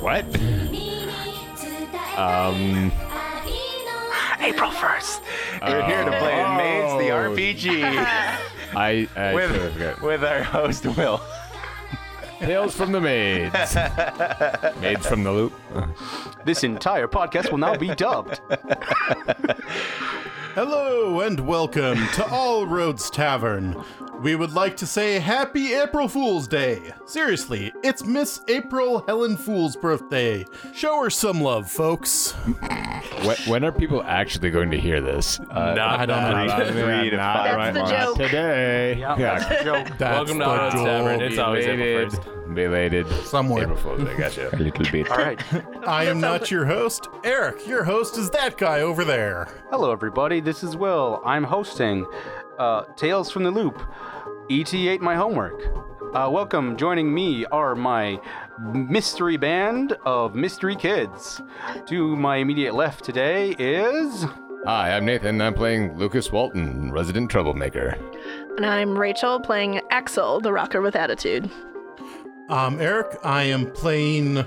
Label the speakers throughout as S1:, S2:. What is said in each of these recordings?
S1: what? Um,
S2: April 1st.
S3: You're here to play Maids the
S1: Oh.
S3: RPG
S1: I, I
S3: With-
S1: totally forgot.
S3: with our host Will.
S1: Tales from the Maids. Maids from the Loop.
S4: This entire podcast will now be dubbed.
S5: Hello and welcome to All Roads Tavern. We would like to say Happy April Fool's Day. Seriously, it's Miss April Helen Fool's birthday. Show her some love, folks.
S1: When, when are people actually going to hear this? Uh,
S5: I don't know.
S3: three to five
S1: right
S3: months.
S1: now.
S3: That's
S6: the joke.
S1: Today. Yeah.
S5: That's
S7: Welcome to
S5: the
S7: Auto Tavern. It's always April
S1: Belated.
S7: first.
S1: Belated.
S5: Somewhere.
S1: April Fool's Day. Gotcha.
S4: little bit. All right.
S5: I am not your host, Eric. Your host is that guy over there.
S4: Hello, everybody. This is Will. I'm hosting uh, Tales from the Loop. ET ate my homework. Uh, welcome. Joining me are my mystery band of mystery kids. To my immediate left today is.
S1: Hi, I'm Nathan. I'm playing Lucas Walton, resident troublemaker.
S6: And I'm Rachel playing Axel, the rocker with attitude.
S5: Um, Eric, I am playing.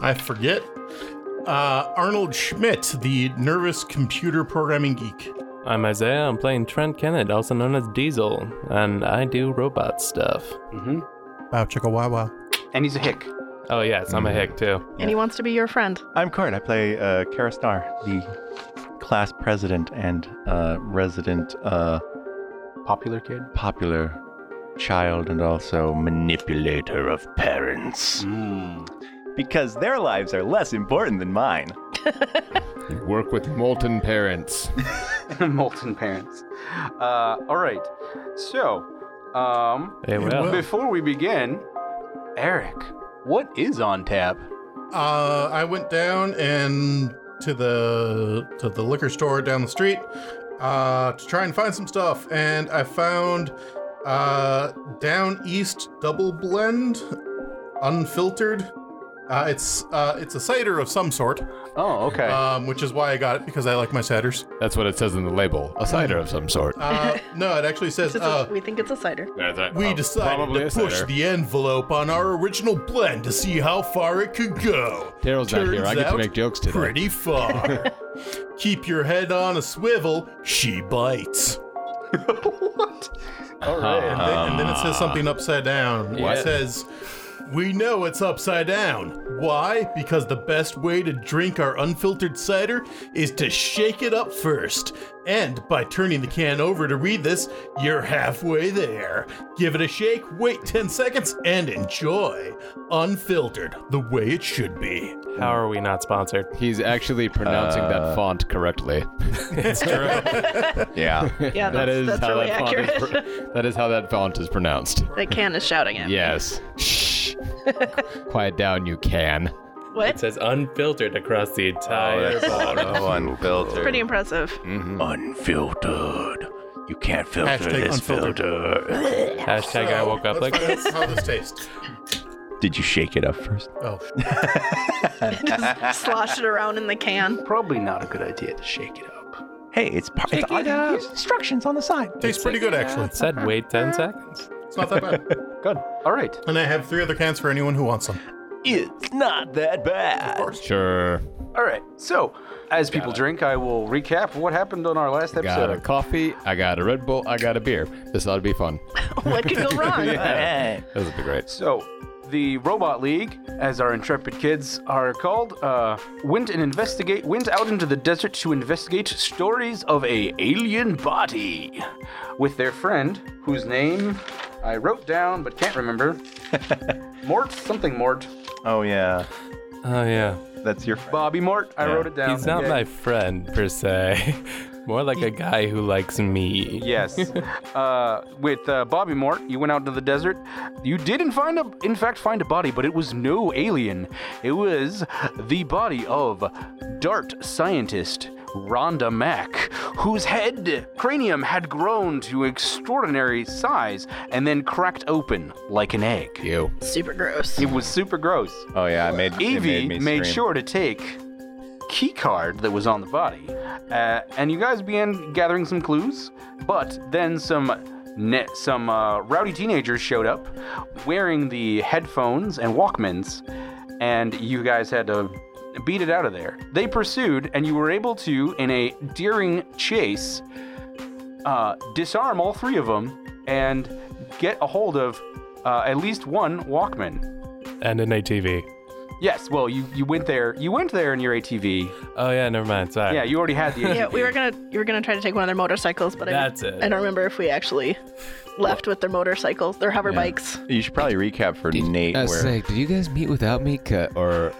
S5: I forget. Uh, Arnold Schmidt, the nervous computer programming geek.
S7: I'm Isaiah. I'm playing Trent Kennett, also known as Diesel, and I do robot stuff.
S5: Wow, chicka wow wow.
S4: And he's a hick.
S7: Oh yes, I'm a hick too.
S6: And he wants to be your friend.
S8: I'm Corin. I play uh, Kara Star, the class president and uh, resident uh,
S4: Popular kid.
S8: popular child and also manipulator of parents.
S4: Mm-hmm. Hmm.
S8: Because their lives are less important than mine.
S1: You work with molten parents.
S4: Molten parents. Uh, all right. So, um,
S7: Hey, well,
S4: before we begin, Eric, what is on tap?
S5: Uh, I went down and to the to the liquor store down the street uh, to try and find some stuff, and I found uh, Down East Double Blend, unfiltered. Uh, it's uh, it's a cider of some sort,
S4: Oh, okay.
S5: um, which is why I got it because I like my ciders.
S1: That's what it says in the label. A cider of some sort.
S5: Uh, no, it actually says
S6: It's a-
S5: uh,
S6: we think it's a cider.
S1: That's right.
S5: we
S1: Prob-
S5: decided
S1: um, probably
S5: to
S1: a
S5: push
S1: cider.
S5: the envelope on our original blend to see how far it could go.
S1: Daryl's not here. I get to
S5: out,
S1: make jokes today.
S5: Pretty far. Keep your head on a swivel. She bites.
S4: All
S5: And,
S4: right.
S5: then, and then it says something upside down.
S7: What?
S5: It says, "We know it's upside down. Why? Because the best way to drink our unfiltered cider is to shake it up first. And by turning the can over to read this, you're halfway there. Give it a shake. Wait 10 seconds and enjoy. Unfiltered, the way it should be."
S7: how are we not sponsored?
S1: He's actually pronouncing
S4: Uh,
S1: that font correctly.
S8: Yeah.
S6: Yeah,
S1: That
S6: that's,
S1: is
S6: that's
S1: how
S6: really
S1: that font
S6: accurate.
S1: is. Pro- that is how that font is pronounced.
S6: that can is shouting it.
S1: Yes. Shh. Quiet down, you can.
S7: It
S6: What?
S7: says unfiltered across the entire.
S3: Oh, unfiltered.
S6: Pretty impressive.
S8: Unfiltered. You can't filter
S5: Hashtag
S8: this
S5: unfiltered.
S8: filter.
S7: Hashtag I woke up like
S5: Let's find out how this tastes.
S8: Did you shake it up first?
S5: Oh,
S6: Just slosh it around in the can.
S4: Probably not a good idea to shake it up.
S8: Hey, it's part of the Here's instructions on the side.
S5: tastes pretty good actually.
S7: It said wait 10 seconds.
S5: It's not that bad.
S4: Good. All right.
S5: And I have three other cans for anyone who wants them.
S8: It's not that bad.
S1: Sure.
S4: All right. So, as people drink, I will recap what happened on our last
S1: I got a
S4: episode.
S1: coffee. I got a Red Bull. I got a beer. This ought to be fun.
S6: What could go wrong?
S1: This would be great.
S4: So, the Robot League, as our intrepid kids are called, uh, went and investigate went out into the desert to investigate stories of a alien body with their friend whose name I wrote down but can't remember. Mort something Mort.
S8: Oh, yeah.
S7: Oh yeah,
S8: That's your friend.
S4: Bobby Mort. I wrote it down.
S7: he's not
S4: Yeah.
S7: my friend per se. More like a guy who likes me.
S4: Yes. uh, with uh, Bobby Mort, you went out into the desert. You didn't find a, in fact, find a body, but it was no alien. It was the body of Dart scientist Rhonda Mack, whose head cranium had grown to extraordinary size and then cracked open like an egg.
S1: You.
S6: Super gross.
S4: It was super gross.
S8: Oh, yeah. I made, it
S4: Evie
S8: me
S4: made,
S8: scream.
S4: sure to take key card that was on the body, uh, and you guys began gathering some clues. But then some ne- some uh, rowdy teenagers showed up, wearing the headphones and Walkmans, and you guys had to beat it out of there. They pursued, and you were able to, in a daring chase, uh, disarm all three of them and get a hold of uh, at least one Walkman.
S7: And an ATV.
S4: Yes, well, you, you went there. You went there in your ATV.
S7: Oh, yeah, never mind. Sorry.
S4: Yeah, you already had the ATV.
S6: Yeah, we were gonna you were gonna try to take one of their motorcycles, but
S7: That's
S6: I,
S7: it.
S6: I don't remember if we actually left with their motorcycles, their hover
S3: Yeah. Uh,
S6: bikes.
S8: You should probably recap for Nate.
S9: I
S8: Where,
S9: was like, did you guys meet without me? Cut or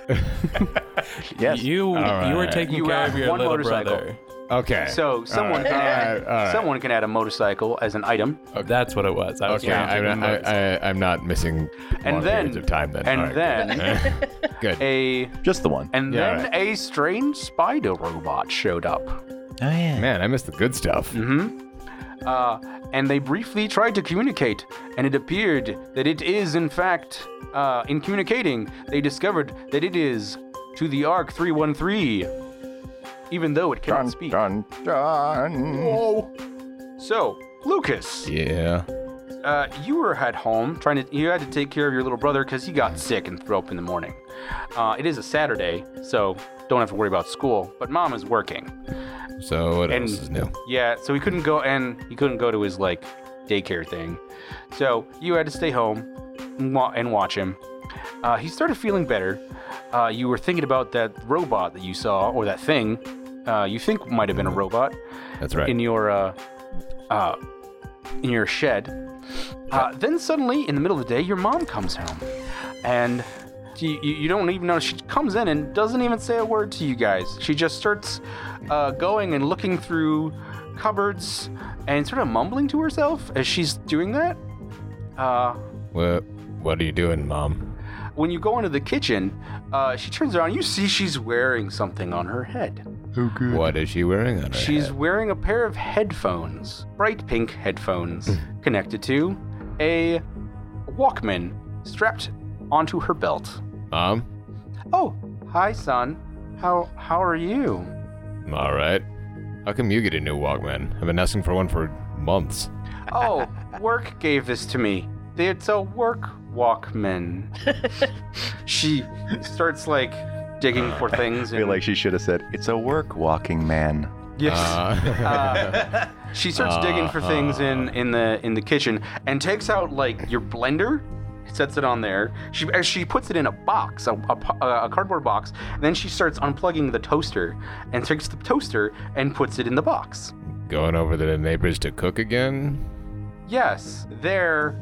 S8: yes.
S7: You, you were
S1: right.
S7: taking
S4: You
S7: care
S4: have
S7: of your
S4: one
S7: little
S4: motorcycle.
S7: brother.
S1: Okay.
S4: So
S1: All
S4: someone can add,
S1: right, all right.
S4: someone can add a motorcycle as an item,
S7: That's what it was. I was
S1: Okay,
S7: trying to
S1: I'm not,
S7: do notes.
S1: I, I, I'm not missing long
S4: and then
S1: periods of time then.
S4: and
S1: All right,
S4: then
S1: good. Good.
S4: a
S8: Just the one.
S4: and
S1: Yeah,
S4: then
S1: right.
S4: a strange spider robot showed up.
S8: Oh, yeah.
S1: Man, I missed the good stuff.
S4: Mm-hmm. Uh, and they briefly tried to communicate, and it appeared that it is, in fact, uh, in communicating, they discovered that it is to the ARC 313, even though it cannot
S8: Dun,
S4: speak.
S8: dun, dun.
S5: Oh,
S4: So, Lucas,
S1: Yeah.
S4: uh, you were at home trying to, you had to take care of your little brother because he got sick and threw up in the morning. Uh, it is a Saturday, so don't have to worry about school, but mom is working.
S1: So what
S4: And-
S1: else is new?
S4: Yeah, so he couldn't go and he couldn't go to his like daycare thing. So you had to stay home and wa- and watch him. Uh, he started feeling better. Uh, you were thinking about that robot that you saw or that thing uh, you think might have been a robot
S1: That's right.
S4: in your uh, uh, in your shed. Uh, then suddenly, in the middle of the day, your mom comes home, and you, you you don't even know she comes in and doesn't even say a word to you guys. She just starts uh, going and looking through cupboards and sort of mumbling to herself as she's doing that. Uh,
S1: what, what are you doing, Mom?
S4: when you go into the kitchen, uh, she turns around. You see she's wearing something on her head.
S1: What is she wearing on her
S4: She's
S1: head?
S4: wearing a pair of headphones, bright pink headphones,
S8: Mm.
S4: connected to a Walkman strapped onto her belt.
S1: Mom?
S4: Oh, hi, son. How how are you?
S1: All right. How come you get a new Walkman? I've been asking for one for months.
S4: Oh, work gave this to me. It's a work Walkman. she starts like digging for things.
S8: I
S4: And,
S8: feel like she should have said, it's a work walking man.
S4: yes.
S1: Uh,
S4: Uh, she starts digging for things in in the in the kitchen and takes out like your blender sets it on there she as she puts it in a box a, a po- uh, a cardboard box and then she starts unplugging the toaster and takes the toaster and puts it in the box
S1: going over to the neighbors to cook again?
S4: yes their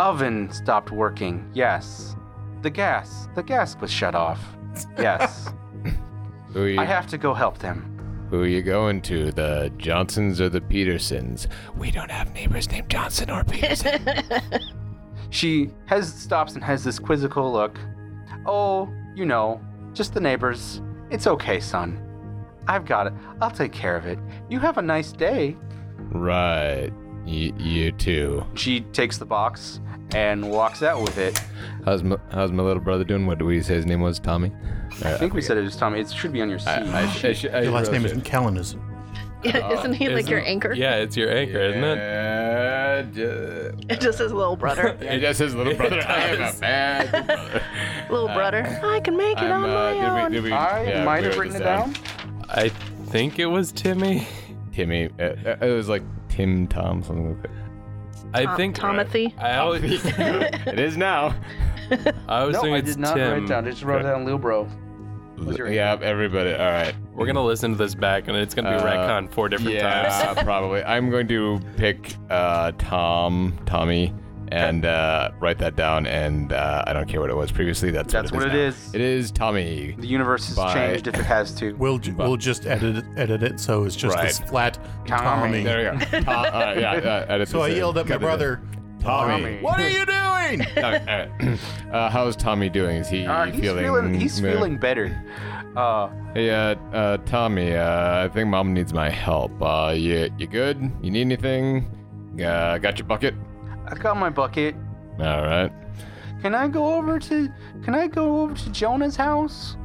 S4: oven stopped working yes the gas the gas was shut off yes
S1: Who are you,
S4: i have to go help them
S1: who are you going to? The Johnsons or the Petersons? We don't have neighbors named Johnson or Peterson.
S4: she has stops and has this quizzical look. Oh, you know, just the neighbors. It's okay, son. I've got it. I'll take care of it. You have a nice day.
S1: right. Y- you too.
S4: She takes the box and walks out with it.
S1: How's my, how's my little brother doing? What do we say his name was? Tommy?
S4: I think we said it was Tommy. It should be on your seat.
S5: your last name isn't Callan, is it?
S6: Yeah, isn't he like your anchor?
S7: Yeah, it's your anchor, isn't it?
S1: isn't it?
S6: It just his little brother.
S1: Yeah, just his little brother. I am a
S7: does.
S1: bad brother.
S6: little brother. I can make it
S1: uh,
S6: on my own.
S1: did we,
S4: I
S1: yeah,
S4: might
S1: we
S4: have
S1: wrote this
S4: written it down.
S7: I think it was Timmy.
S1: Timmy. Uh, uh, it was like Tim Tom, something like
S7: I
S6: Tom-
S7: think
S6: Tomothy?
S7: I
S4: Oh,
S7: always,
S1: that. it is now.
S7: I always
S4: No,
S7: think
S4: I
S7: it's
S4: did not
S7: Tim.
S4: write it down. I just wrote it down Lil Bro. Was your-
S1: Yeah, everybody. All right.
S7: We're gonna listen to this back, and it's gonna be
S1: Uh,
S7: retcon four different times.
S1: Yeah, probably. I'm going to pick uh, Tom, Tommy, and uh, write that down. And uh, I don't care what it was previously. That's,
S4: That's
S1: what it
S4: what it
S1: is.
S4: is.
S1: now. It is Tommy.
S4: The universe has
S1: Bye.
S4: changed if it has to.
S5: We'll ju- we'll just edit it, edit it so it's just this
S1: Right.
S5: flat Tommy.
S4: Tommy.
S1: There we go. Tom, all right, yeah, yeah, edit
S5: So I
S1: this in.
S5: yelled at my
S1: Cut it in.
S5: brother,
S1: Tommy.
S5: "What are you doing?"
S1: Tommy, all right. uh, how's Tommy doing? Is he
S4: Uh, he's
S1: feeling?
S4: feeling, he's
S1: meh?
S4: feeling better. Uh,
S1: Hey, uh, uh, Tommy. Uh, I think Mom needs my help. Uh, you, you good? You need anything? Uh, got your bucket?
S4: I got my bucket.
S1: All right.
S4: Can I go over to Can I go over to Jonah's house?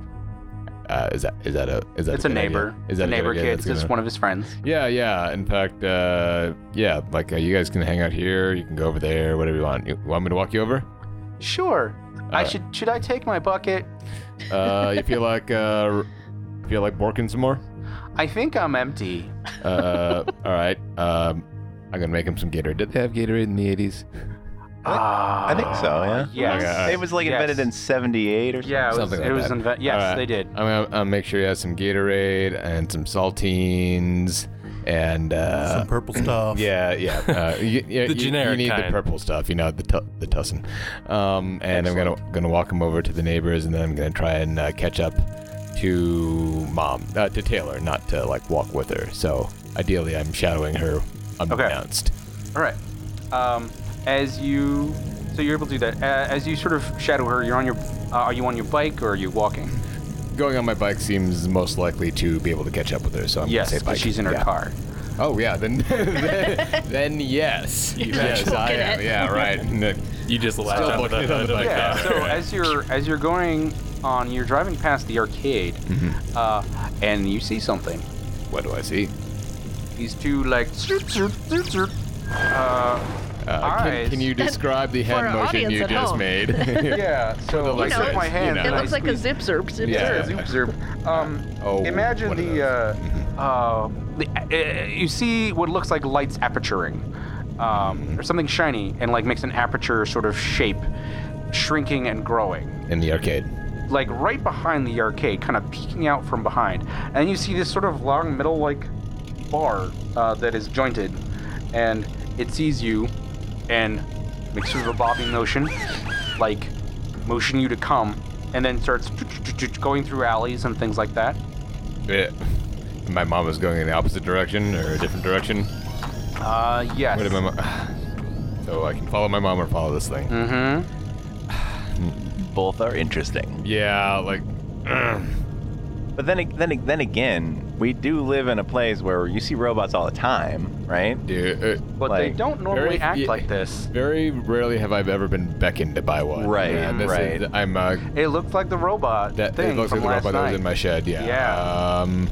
S1: Uh, is that is that a is that
S4: It's a
S1: a good idea?
S4: neighbor.
S1: Is that
S4: a neighbor
S1: good idea?
S4: kid?
S1: That's
S4: It's
S1: a good
S4: just
S1: idea.
S4: one of his friends.
S1: Yeah, yeah. In fact, uh, yeah, like uh, you guys can hang out here. You can go over there, whatever you want. You want me to walk you over?
S4: Sure. I should should I take my bucket?
S1: Uh, you feel like uh, feel like borking some more?
S4: I think I'm empty.
S1: Uh, all right. Um, I'm gonna make him some Gatorade. Did they have Gatorade in the 80s?
S4: Ah,
S8: I think so, yeah. Oh
S4: Yes.
S1: Okay,
S8: Ah, It was like
S4: Yes.
S8: invented in 78 or something.
S4: Yeah, it was,
S1: Something like
S4: it was
S1: that.
S4: inve- yes,
S1: All right.
S4: they did.
S1: I'm gonna, I'm gonna make sure he has some Gatorade and some saltines and uh,
S5: Some purple stuff.
S1: yeah, yeah. Uh, you, you,
S7: The
S1: you-
S7: generic
S1: You need
S7: kind.
S1: the purple stuff, you know, the tu- the tussin. Um, and I'm gonna gonna walk him over to the neighbors, and then I'm gonna try and uh, catch up to mom, uh, to Taylor, not to like walk with her. So ideally, I'm shadowing her unannounced.
S4: All right. Um, as you, so you're able to do that. Uh, as you sort of shadow her, you're on your. Uh, are you on your bike or are you walking?
S1: Going on my bike seems most likely to be able to catch up with her. So I'm
S4: yes,
S1: gonna say
S4: but
S1: bike.
S4: she's in her
S1: Yeah.
S4: car.
S1: Oh yeah, then then, then yes, yes I
S6: booking
S1: am.
S6: it.
S1: Yeah, right. No,
S7: You just latch
S1: Still
S7: onto
S1: booking it on the
S7: hood.
S1: bike.
S4: Yeah.
S1: Yeah.
S4: So as you're as you're going on, you're driving past the arcade,
S1: Mm-hmm.
S4: uh, and you see something.
S1: What do I see?
S4: These two like. Zoop, zoop, zoop, zoop. Uh,
S1: Uh,
S4: Eyes.
S1: can, can you describe the
S6: For
S1: hand
S6: our
S1: motion
S6: audience
S1: you
S6: at
S1: just
S6: home.
S1: made?
S4: yeah. So I
S1: likes
S4: took
S1: of
S4: my
S1: it,
S4: hand.
S1: you
S6: It
S1: know.
S4: and I
S6: looks like a
S4: squeezed-
S6: zip zerp zip
S1: Yeah.
S4: Zoop,
S6: zerp.
S4: zoop. Um,
S1: Oh,
S4: Imagine
S1: one of
S4: the,
S1: those.
S4: uh, uh, the uh, you see what looks like lights aperturing, um, or something shiny, and like makes an aperture sort of shape, shrinking and growing,
S1: in the arcade.
S4: like right behind the arcade, kind of peeking out from behind, and you see this sort of long metal like bar uh, that is jointed, and it sees you, and makes sort of a bobbing motion, like motion you to come, and then starts going through alleys and things like that.
S1: Yeah. My mom was going in the opposite direction or a different direction.
S4: Uh, yes.
S1: What did my mom? So I can follow my mom or follow this thing.
S4: Mm-hmm.
S8: Both are interesting.
S1: Yeah, like
S8: But then, ag- then, ag- then again, we do live in a place where you see robots all the time, right?
S1: dude. Uh,
S4: But they
S8: Like,
S4: don't normally
S1: very-
S4: act
S1: yeah.
S4: like this.
S1: very rarely have I ever been beckoned to buy one.
S8: Right,
S1: Yeah, this
S8: right.
S1: Is, I'm uh,
S4: It looked like the robot
S1: that
S4: thing
S1: it looks
S4: from
S1: like the
S4: last
S1: robot that was in
S4: night.
S1: my shed. Yeah.
S4: Yeah.
S1: Um,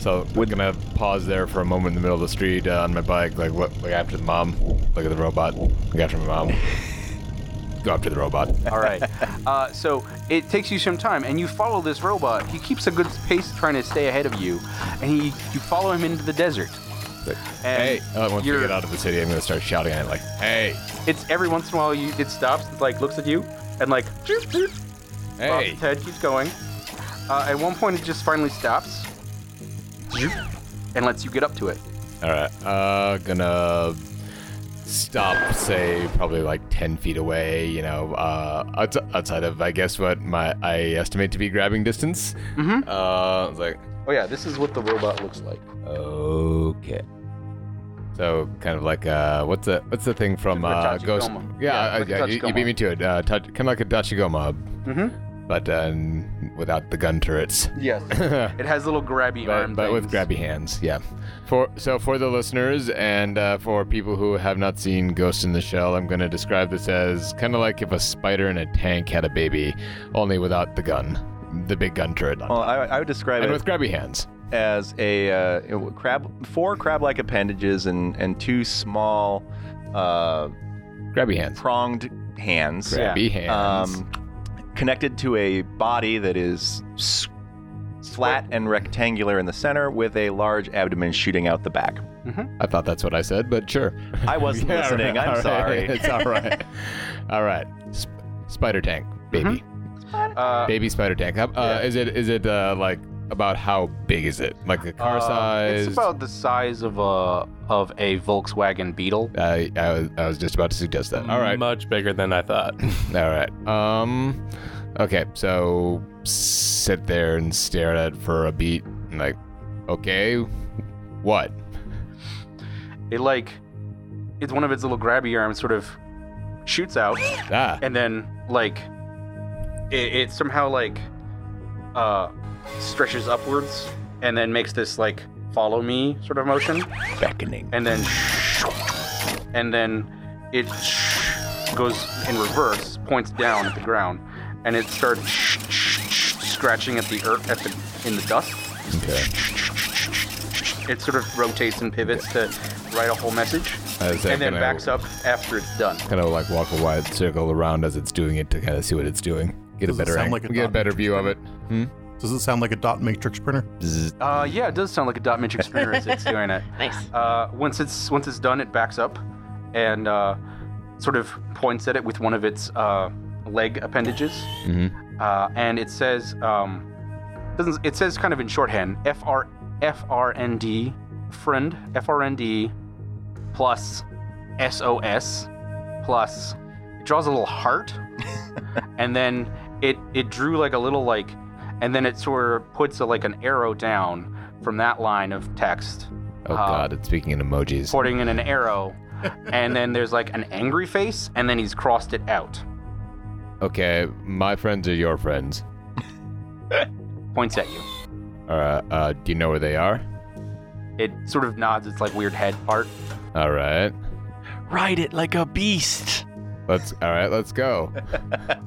S1: so we're gonna pause there for a moment in the middle of the street uh, on my bike. Like what? Look after the mom. Look at the robot. Look after my mom. Go after the robot.
S4: All right. Uh, so it takes you some time, and you follow this robot. He keeps a good pace, trying to stay ahead of you, and he you follow him into the desert.
S1: Like,
S4: And
S1: hey, uh, once we
S4: you're-
S1: get out of the city, I'm gonna start shouting at it like, "Hey,
S4: It's every once in a while you it stops, like looks at you, and like zoop, zoop, Bob's
S1: hey!"
S4: head keeps going. Uh, at one point, it just finally stops, zoop, and lets you get up to it.
S1: All right, uh, gonna stop, say probably like ten feet away. You know, uh, outs- outside of I guess what my I estimate to be grabbing distance. Mm-hmm. Uh, I was like,
S4: Oh yeah, this is what the robot looks like.
S1: okay. So kind of like uh, what's the what's the thing from uh,
S4: Like a
S1: Ghost?
S4: tachigoma. Yeah,
S1: Yeah, uh,
S4: like a
S1: yeah, you, you beat
S4: tachigoma.
S1: me to it. Uh, tach- kind of like a Dachigoma,
S4: Mm-hmm.
S1: but uh, without the gun turrets.
S4: Yes. it has little grabby arm
S1: but, but with
S4: things.
S1: grabby hands yeah for so for the listeners and uh, for people who have not seen ghost in the shell i'm going to describe this as kind of like if a spider in a tank had a baby only without the gun the big gun turret on
S8: Well,
S1: top.
S8: I, I would describe
S1: and
S8: it
S1: with grabby hands
S8: as a uh, it w- crab, four crab-like appendages and and two small uh,
S1: grabby hands
S8: pronged hands,
S4: Yeah.
S1: grabby hands
S8: um, connected to a body that is s- flat and rectangular in the center, with a large abdomen shooting out the back.
S1: i thought that's what i said but sure
S8: I wasn't
S1: Yeah,
S8: listening.
S1: all
S8: I'm
S1: right.
S8: sorry.
S1: it's all right all right Sp- spider tank baby
S8: Mm-hmm.
S4: Uh,
S1: baby spider tank How- uh, is it is it uh, like about how big is it like a car
S4: uh,
S1: size
S4: It's about the size of a of a Volkswagen Beetle.
S1: I, I, was- I was just about to suggest that. All right.
S7: Much bigger than I thought.
S1: All right. Um, okay. So sit there and stare at it for a beat. And like, okay, what?
S4: It like it's one of its little grabby arms sort of shoots out
S1: Ah,
S4: and then like it, it somehow like uh stretches upwards and then makes this like follow me sort of motion
S8: Beckoning.
S4: and then and then it goes in reverse, points down at the ground, and it starts scratching at the earth at the in the dust.
S1: okay.
S4: It sort of rotates and pivots to write a whole message.
S1: As
S4: and then backs up after it's done.
S1: Kind of like walk a wide circle around as it's doing it to kind of see what it's doing. Get
S5: Does it
S1: a better
S5: sound
S1: ang-
S5: like a
S1: get a
S5: dot
S1: better view of it.
S5: Does it sound like a dot matrix printer?
S4: Uh, yeah, it does sound like a dot matrix printer as it's doing it.
S10: Nice.
S4: Uh, once it's once it's done, it backs up and uh, sort of points at it with one of its uh, leg appendages, uh, and it says um, doesn't it says kind of in shorthand F R F R N D friend F R N D plus S O S plus it draws a little heart, and then it it drew like a little like, and then it sort of puts a, like an arrow down from that line of text
S1: Oh
S4: Uh,
S1: god, it's speaking in emojis.
S4: porting in an arrow, and then there's like an angry face, and then he's crossed it out.
S1: Okay, my friends are your friends.
S4: Points at you.
S1: Uh, uh, do you know where they are?
S4: It sort of nods its like weird head part.
S1: All right,
S8: Ride it like a beast.
S1: let's. All right, let's go.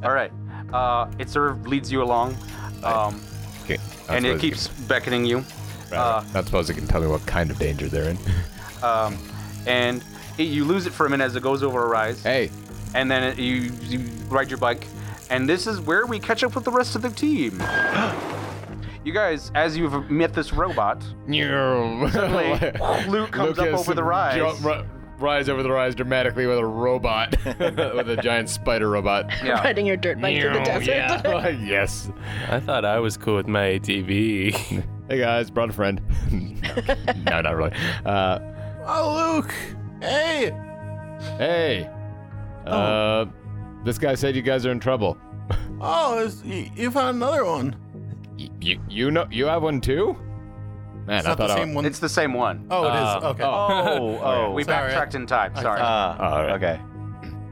S4: All right. Uh, it sort of leads you along, um,
S1: Okay, not
S4: and it
S1: supposed to
S4: keeps beckoning you.
S1: Can,
S4: Ah.
S1: right, not supposed to can tell me what kind of danger they're in.
S4: Um, and it, you lose it for a minute as it goes over a rise,
S1: hey,
S4: and then it, you, you ride your bike. And this is where we catch up with the rest of the team. you guys, as you've met this robot,
S1: suddenly
S4: Luke comes up over the rise.
S1: rise over the rise dramatically with a robot, with a giant spider robot.
S4: yeah,
S10: Riding your dirt bike through the desert.
S1: Yeah. yes.
S7: I thought I was cool with my ATV.
S1: Hey guys, brought a friend. no, not really. Uh,
S5: Oh, Luke! Hey!
S1: hey, uh, this guy said you guys are in trouble.
S5: Oh, there's- y- you found another one.
S1: Y- you you know you have one too? Man,
S5: It's
S1: I
S5: not
S1: thought
S5: the
S1: I-
S5: same one.
S4: it's the same one.
S5: oh, it is.
S7: Uh,
S5: Okay.
S1: oh.
S3: Oh, oh.
S4: we
S5: sorry.
S4: backtracked in time. Sorry.
S8: Uh,
S3: Ah,
S1: All right.
S3: okay.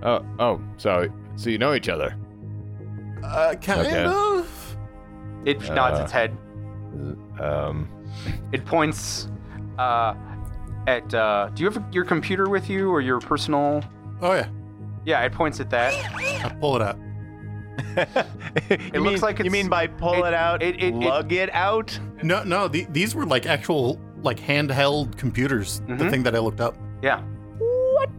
S1: Oh, oh, so so you know each other.
S5: Uh, kind
S1: Okay.
S5: of.
S4: It nods its head.
S1: Um,
S4: It points uh, at. Uh, do you have your computer with you or your personal?
S5: Oh, yeah.
S4: Yeah, it points at that.
S5: I pull it out.
S4: It looks like
S8: you
S4: it's-
S8: mean by pull it,
S4: it-
S8: out,
S4: it- it- it-
S8: lug it, out.
S5: No, no, the, these were like actual, like handheld computers, the
S4: Mhm.
S1: Mm-hmm.
S5: thing that I looked up.
S4: Yeah. What?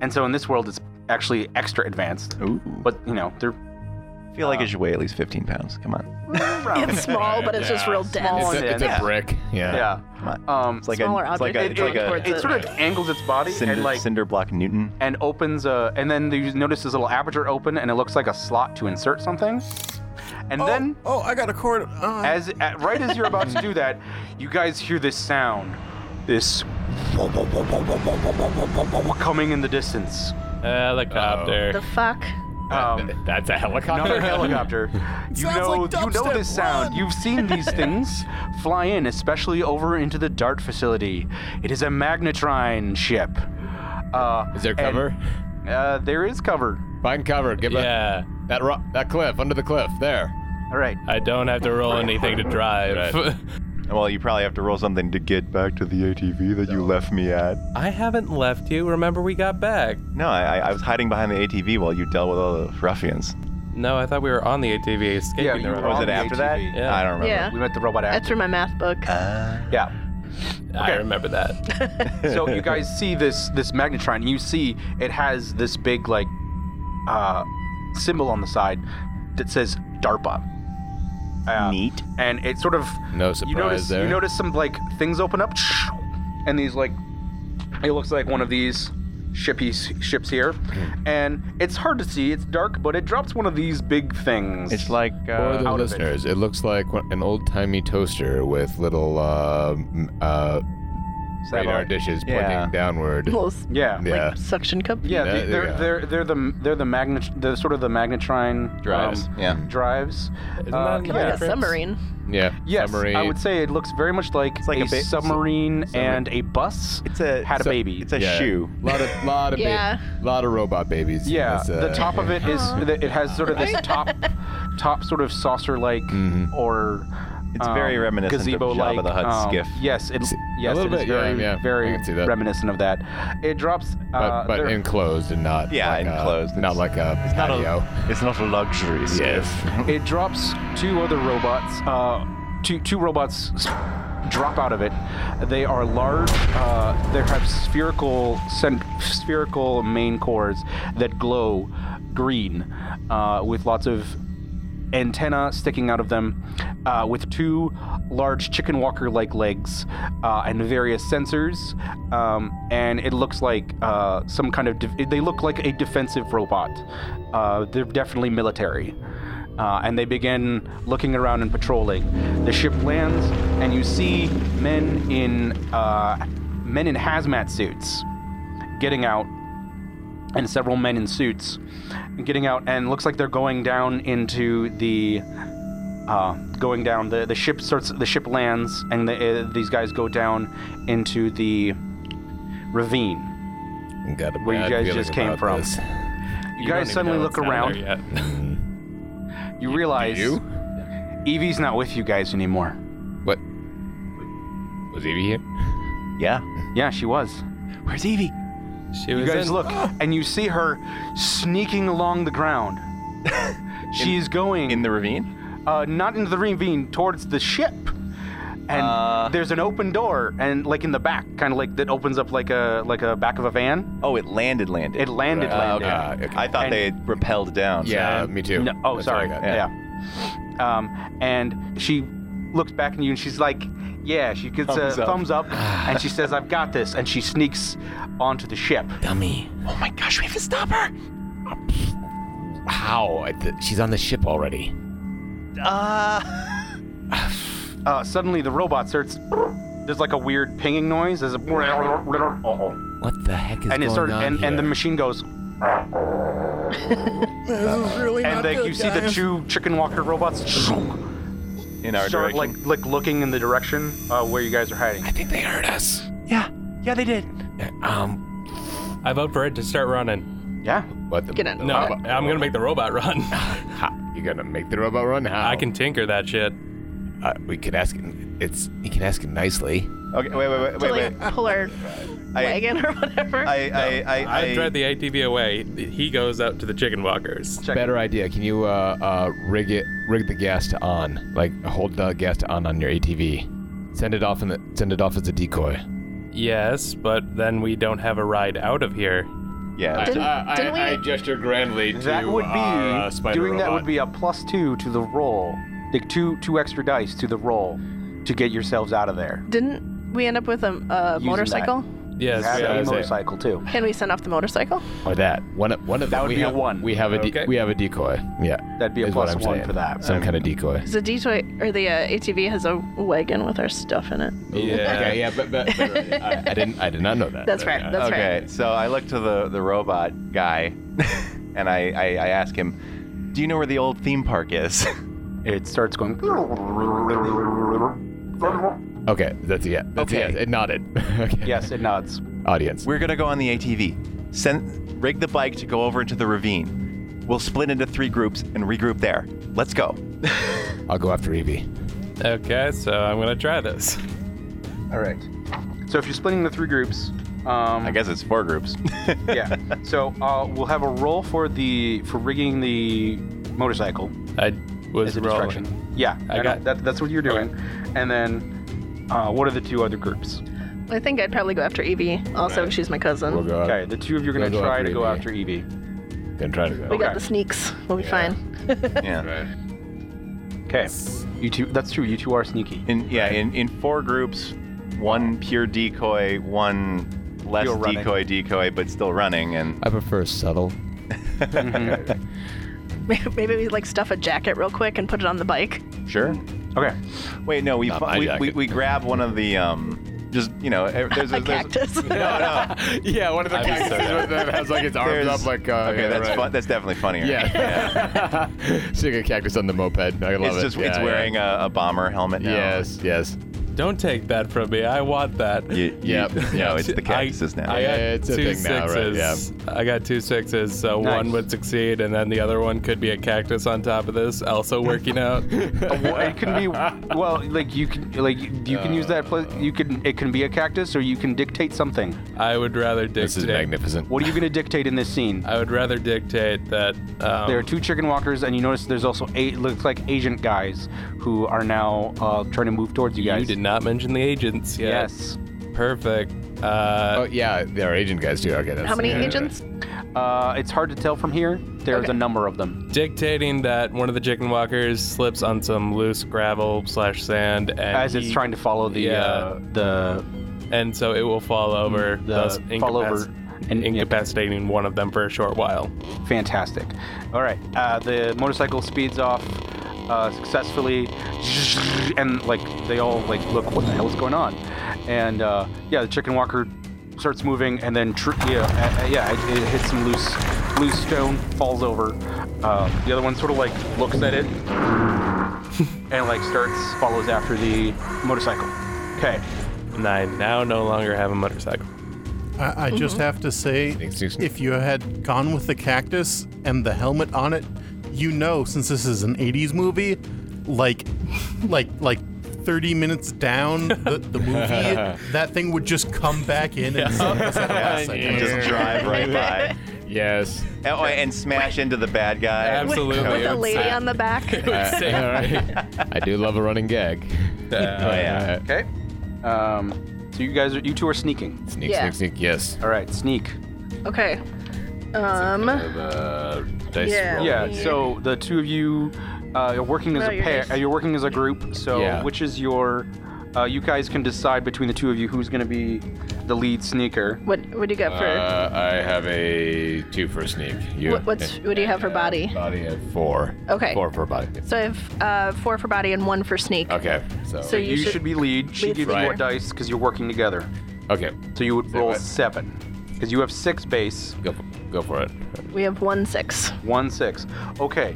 S4: And so in this world, it's actually extra advanced.
S8: Ooh.
S4: But you know, they're
S8: I feel
S4: Uh.
S8: like it should weigh at least 15 pounds. Come on,
S4: round.
S10: It's small, but it's just real dense.
S4: Small.
S1: it's a, it's a
S4: Yeah.
S1: brick. Yeah.
S4: yeah.
S8: come on.
S4: Um,
S8: It's like
S10: Smaller
S8: a, it's like a,
S10: object
S8: it's like
S10: going
S8: a
S10: towards
S4: it sort of angles its body
S8: cinder,
S4: and like
S8: cinder block Newton.
S4: and opens a and then you notice this little aperture open and it looks like a slot to insert something. And then
S5: Oh, I got a cord. Uh,
S4: As at, right as you're about to do that, you guys hear this sound, this coming in the distance.
S7: Helicopter.
S10: The fuck?
S4: Um,
S1: That's a helicopter.
S4: another helicopter. You
S5: Sounds
S4: know,
S5: like
S4: you know
S5: dubstep,
S4: this sound.
S5: run!
S4: You've seen these things fly in, especially over into the Dart facility. It is a magnetrine ship. Uh,
S1: Is there
S4: and-
S1: cover?
S4: uh, there is cover.
S1: Find cover. Get back.
S7: yeah.
S1: That rock, that cliff, under the cliff, there.
S4: All right.
S7: I don't have to roll anything to drive.
S8: Well, you probably have to roll something to get back to the ATV that you left me at.
S7: I haven't left you. Remember, we got back.
S8: No, I, I- I was hiding behind the ATV while you dealt with all the ruffians.
S7: No, I thought we were on the ATV escaping
S4: Yeah,
S7: the
S4: you
S7: road.
S4: were
S8: Was
S4: on
S8: it
S4: the
S8: after
S4: ATV.
S8: that?
S7: Yeah.
S8: I don't remember.
S10: Yeah.
S4: We met the robot
S10: I
S4: after.
S10: through my math book.
S4: Yeah.
S7: I remember that.
S4: so you guys see this this magnetron you see it has this big like uh symbol on the side that says darpa uh,
S8: Neat.
S4: and it sort of
S1: No
S4: you
S1: surprise
S4: notice
S1: there.
S4: you notice some like things open up and these like it looks like one of these shippies ships here and it's hard to see it's dark but it drops one of these big things
S8: It's like
S1: For
S8: uh,
S1: the
S4: out of it.
S1: listeners, it. looks like an old timey toaster with little uh, m- uh, radar
S8: satellite.
S1: dishes pointing
S8: Yeah.
S1: downward.
S10: Little s-
S4: yeah
S1: yeah.
S10: like suction cup.
S4: yeah,
S1: Yeah,
S4: they,
S1: they
S4: they're,
S1: got-
S4: they're they're the they're the magnet the sort of the magnetrine
S8: Drives,
S4: um,
S8: yeah.
S4: drives.
S7: Isn't
S4: Uh,
S7: that
S10: Kinda
S4: yeah.
S10: Like a submarine.
S1: yeah.
S4: Yes,
S1: Summary.
S4: I would say it looks very much like,
S8: like
S4: a,
S8: a ba-
S4: submarine and a bus
S8: It's a
S4: had a
S8: so-
S4: baby.
S8: It's a
S1: Yeah.
S8: shoe.
S1: Lot of lot of ba-
S10: Yeah.
S1: lot of robot babies.
S4: yeah,
S1: That's,
S4: the
S1: uh,
S4: top of it is it has sort of this top top sort of saucer-like
S1: Mm-hmm.
S4: or um,
S8: It's very reminiscent of
S4: gazebo-like,
S8: Jabba the Hutt
S4: um,
S8: skiff.
S4: Yes, it, yes,
S1: little
S4: it is
S1: bit, yeah,
S4: very
S1: yeah, I
S4: very
S1: can see that.
S4: reminiscent of that. It drops uh,
S1: but, but
S4: there-
S1: enclosed and not
S8: Yeah,
S1: like a-
S8: enclosed.
S1: not
S8: It's-
S1: like a
S8: It's not
S1: patio.
S8: a, it's not a luxury. skiff.
S1: yes.
S4: It drops two other robots. Uh, two two robots drop out of it. They are large. Uh, they have spherical cent- spherical main cores that glow green uh, with lots of antenna sticking out of them, uh, with two large chicken walker like legs uh, and various sensors. Um, and it looks like uh, some kind of. De- they look like a defensive robot. Uh, they're definitely military. Uh, and they begin looking around and patrolling. The ship lands, and you see men in uh, men in hazmat suits getting out and several men in suits getting out and looks like they're going down into the uh, going down the the ship starts the ship lands and the, uh, these guys go down into the ravine
S1: Got a
S4: where you
S1: bad
S4: guys
S1: feeling
S4: just came
S1: about
S4: from
S1: this.
S4: you, guys suddenly look around you realize
S1: you?
S4: evie's not with you guys anymore
S1: What? Was Evie here?
S3: Yeah.
S4: yeah she was
S3: Where's Evie?
S7: She
S4: you
S7: was
S4: guys
S7: in-
S4: look and you see her sneaking along the ground she's going
S3: In the ravine?
S4: uh, not into the ravine, towards the ship. And
S1: Uh.
S4: there's an open door, and like in the back, kind of like that opens up like a like a back of a van.
S3: Oh, it landed, landed.
S4: It landed, landed.
S1: Ah, okay.
S3: I thought
S4: And-
S3: they had rappelled down.
S1: yeah, me too.
S4: No, oh,
S1: That's what I
S4: sorry.
S1: got.
S4: Yeah. Um, and she looks back at you, and she's like, "Yeah." She gives
S3: Thumbs
S4: a
S3: up.
S4: thumbs up, and she says, "I've got this," and she sneaks onto the ship.
S3: Oh my gosh, we have to stop her.
S1: How? I th- she's on the ship already.
S4: Uh, suddenly, the robot starts. There's like a weird pinging noise. There's a
S1: What the heck is
S4: and it
S1: going
S4: started,
S1: on
S4: and,
S1: here?
S4: and the machine goes. and like you see the two chicken walker robots start
S3: In our direction.
S4: like like looking in the direction uh, where you guys are hiding.
S1: I think they heard us.
S3: yeah, yeah, they did.
S1: Um,
S7: I vote for it to start running.
S4: Yeah.
S1: what the?
S6: Get in.
S7: No,
S1: robot-
S7: I'm gonna make the robot run.
S1: Ha, you're gonna make the robot run? How?
S7: I can tinker that shit.
S1: Uh, we could ask. it- It's. You can ask it nicely.
S3: Okay, wait, wait, wait,
S6: To
S3: wait,
S6: like
S3: wait.
S6: pull our wagon or whatever.
S3: I, I, I,
S7: I,
S3: I,
S7: drive the ATV away. He goes out to the chicken walkers.
S4: Check.
S1: Better idea. Can you uh, uh, rig it, rig the gas to on, like hold the gas to on on your ATV, send it off in the, send it off as a decoy.
S7: Yes, but then we don't have a ride out of here.
S3: yeah.
S6: Didn't- I- didn't we- I
S1: gesture grandly
S4: That would be
S1: uh,
S4: doing that would be a plus two to the roll, like two two extra dice to the roll, to get yourselves out of there.
S6: didn't we end up with a, a
S4: Using
S6: motorcycle?
S7: Yes.
S4: Have
S1: yeah,
S4: a
S1: that's it.
S4: motorcycle too.
S6: Can we send off the motorcycle?
S1: or that one. One of
S4: That
S1: them,
S4: would
S1: we
S4: be a
S1: have,
S4: one.
S1: We have a de-
S7: Okay.
S1: we have a decoy. Yeah,
S4: That'd be a
S1: is what
S4: plus
S1: I'm
S4: one
S1: saying.
S4: for that.
S1: Some kind of decoy.
S6: Because the decoy or the uh, ATV has a wagon with our stuff in it.
S7: Yeah.
S1: Okay, yeah, but, but, but I, I didn't I did not know that.
S6: That's right. That's right.
S3: Okay, so I look to the, the robot guy and I, I, I ask him, Do you know where the old theme park is?
S4: It starts going.
S1: Okay, that's a yeah. That's
S3: Okay.
S1: a yes. It nodded. okay.
S4: Yes, it nods.
S1: Audience.
S3: We're gonna go on the ATV. Send rig the bike to go over into the ravine. We'll split into three groups and regroup there. Let's go.
S1: I'll go after Evie.
S7: Okay, so I'm gonna try this.
S3: All right.
S4: So if you're splitting the three groups, um,
S3: I guess it's four groups.
S4: yeah. So uh, we'll have a roll for the for rigging the motorcycle
S7: I was
S4: as a
S7: rolling.
S4: distraction. Yeah,
S7: I
S4: know.
S7: got-
S4: that. That's what you're doing. And then, uh, what are the two other groups?
S6: I think I'd probably go after Evie also. 'cause She's my cousin.
S1: We'll
S7: Uh,
S1: go.
S4: Okay, the two of you are gonna
S1: We'll go
S4: try
S1: after
S4: to
S7: E
S4: go
S1: Evie.
S4: after E Evie.
S1: Gonna try to
S6: we
S1: go.
S6: got
S4: okay.
S6: the sneaks. We'll be fine.
S3: yeah.
S4: Okay, you two. That's true. You two are sneaky.
S3: In yeah, in, in four groups, one pure decoy, one less
S4: Still running.
S3: decoy decoy, but still running and
S1: I prefer subtle.
S6: Maybe we like stuff a jacket real quick and put it on the bike.
S3: Sure.
S4: Okay.
S3: Wait, no, we
S1: Not
S3: fu-
S1: my
S3: we, we,
S1: jacket.
S3: we grab one of the um just you know, eh, there's
S6: A
S3: a, there's
S6: cactus.
S1: Yeah, one of the
S7: I'd be so
S1: cactuses
S7: down.
S1: that has like its arms
S3: there's-
S1: up like uh,
S3: Okay,
S1: yeah,
S3: that's
S1: right.
S3: fun, that's definitely funnier.
S1: Yeah. Seeing a cactus on the moped. I love
S3: It's
S1: it.
S3: just
S1: yeah,
S3: it's
S1: yeah.
S3: wearing A, a bomber helmet now.
S1: Yes, yes.
S7: Don't take that from me. I want that.
S3: You, you,
S1: Yep.
S3: No, it's the cactuses
S7: I,
S3: now.
S7: I got
S1: Yeah, it's a
S7: two
S1: thing now, right?
S7: sixes. I got two sixes, so
S4: Nice.
S7: one would succeed, and then the other one could be a cactus on top of this, also working out.
S4: Uh, Well, it can be well, like you can like you can use that. Pl- you can it can be a cactus, or you can dictate something.
S7: I would rather dictate.
S1: This is magnificent.
S4: What are you gonna dictate in this scene?
S7: I would rather dictate that. Um,
S4: There are two chicken walkers, and you notice there's also eight looks like agent guys who are now uh, trying to move towards you guys.
S7: You did not mention the agents yet.
S4: Yes.
S7: Perfect. Uh,
S1: oh, yeah, our agent guys do. Okay, that's
S6: How many
S7: yeah.
S6: agents?
S4: Uh, it's hard to tell from here. There's a number of them.
S7: Dictating that one of the chicken walkers slips on some loose gravel slash sand and
S4: As it's
S7: he-
S4: trying to follow the, uh, the
S7: and so it will fall over,
S4: Mm, The-
S7: thus
S4: fall over
S7: incapac- incapacitating one of them for a short while.
S4: Fantastic. All right. Uh, the motorcycle speeds off uh, successfully, and like they all like look, what the hell is going on? And uh, yeah, the chicken walker starts moving, and then tr- yeah, uh, uh, yeah, it, it hits some loose loose stone, falls over. Uh, the other one sort of like looks at it, and like starts follows after the motorcycle. Okay.
S7: And I now no longer have a motorcycle.
S5: I, I
S6: Mm-hmm.
S5: just have to say, if you had gone with the cactus and the helmet on it, you know, since this is an '80s movie, like, like, like. 30 minutes down the, the movie, that thing would just come back in and suck us at the last second.
S3: And just drive right by.
S1: Yes.
S3: Oh, and smash into the bad guy.
S7: Absolutely.
S6: With a lady on the back.
S1: I, Uh, I do love a running gag. oh
S3: yeah.
S4: Okay. Um, so you guys, are, you two are sneaking.
S1: Sneak,
S6: Yeah.
S1: sneak, sneak. Yes.
S4: All right, sneak.
S6: Okay. Um.
S1: Uh, dice
S6: Yeah.
S1: roll.
S4: Yeah. So the two of you uh, are working as
S6: Oh,
S4: a
S6: your
S4: pair.
S6: dice.
S4: Uh, you're working as a group. So
S1: Yeah.
S4: which is your? Uh, you guys can decide between the two of you who's going to be the lead sneaker.
S6: What What do you got for?
S1: Uh, I have a two for sneak. You.
S6: what, what's What do you have for body?
S1: Body at four.
S6: Okay.
S1: Four for body.
S6: So I have uh, four for body and one for sneak.
S1: Okay. So.
S6: So you,
S4: You should be lead. She
S6: lead
S4: gives you
S6: sneaker.
S4: more dice because you're working together.
S1: okay.
S4: So you would roll
S1: what?
S4: seven because you have six base,
S1: Go for, go for it.
S6: We have one six.
S4: one six. Okay.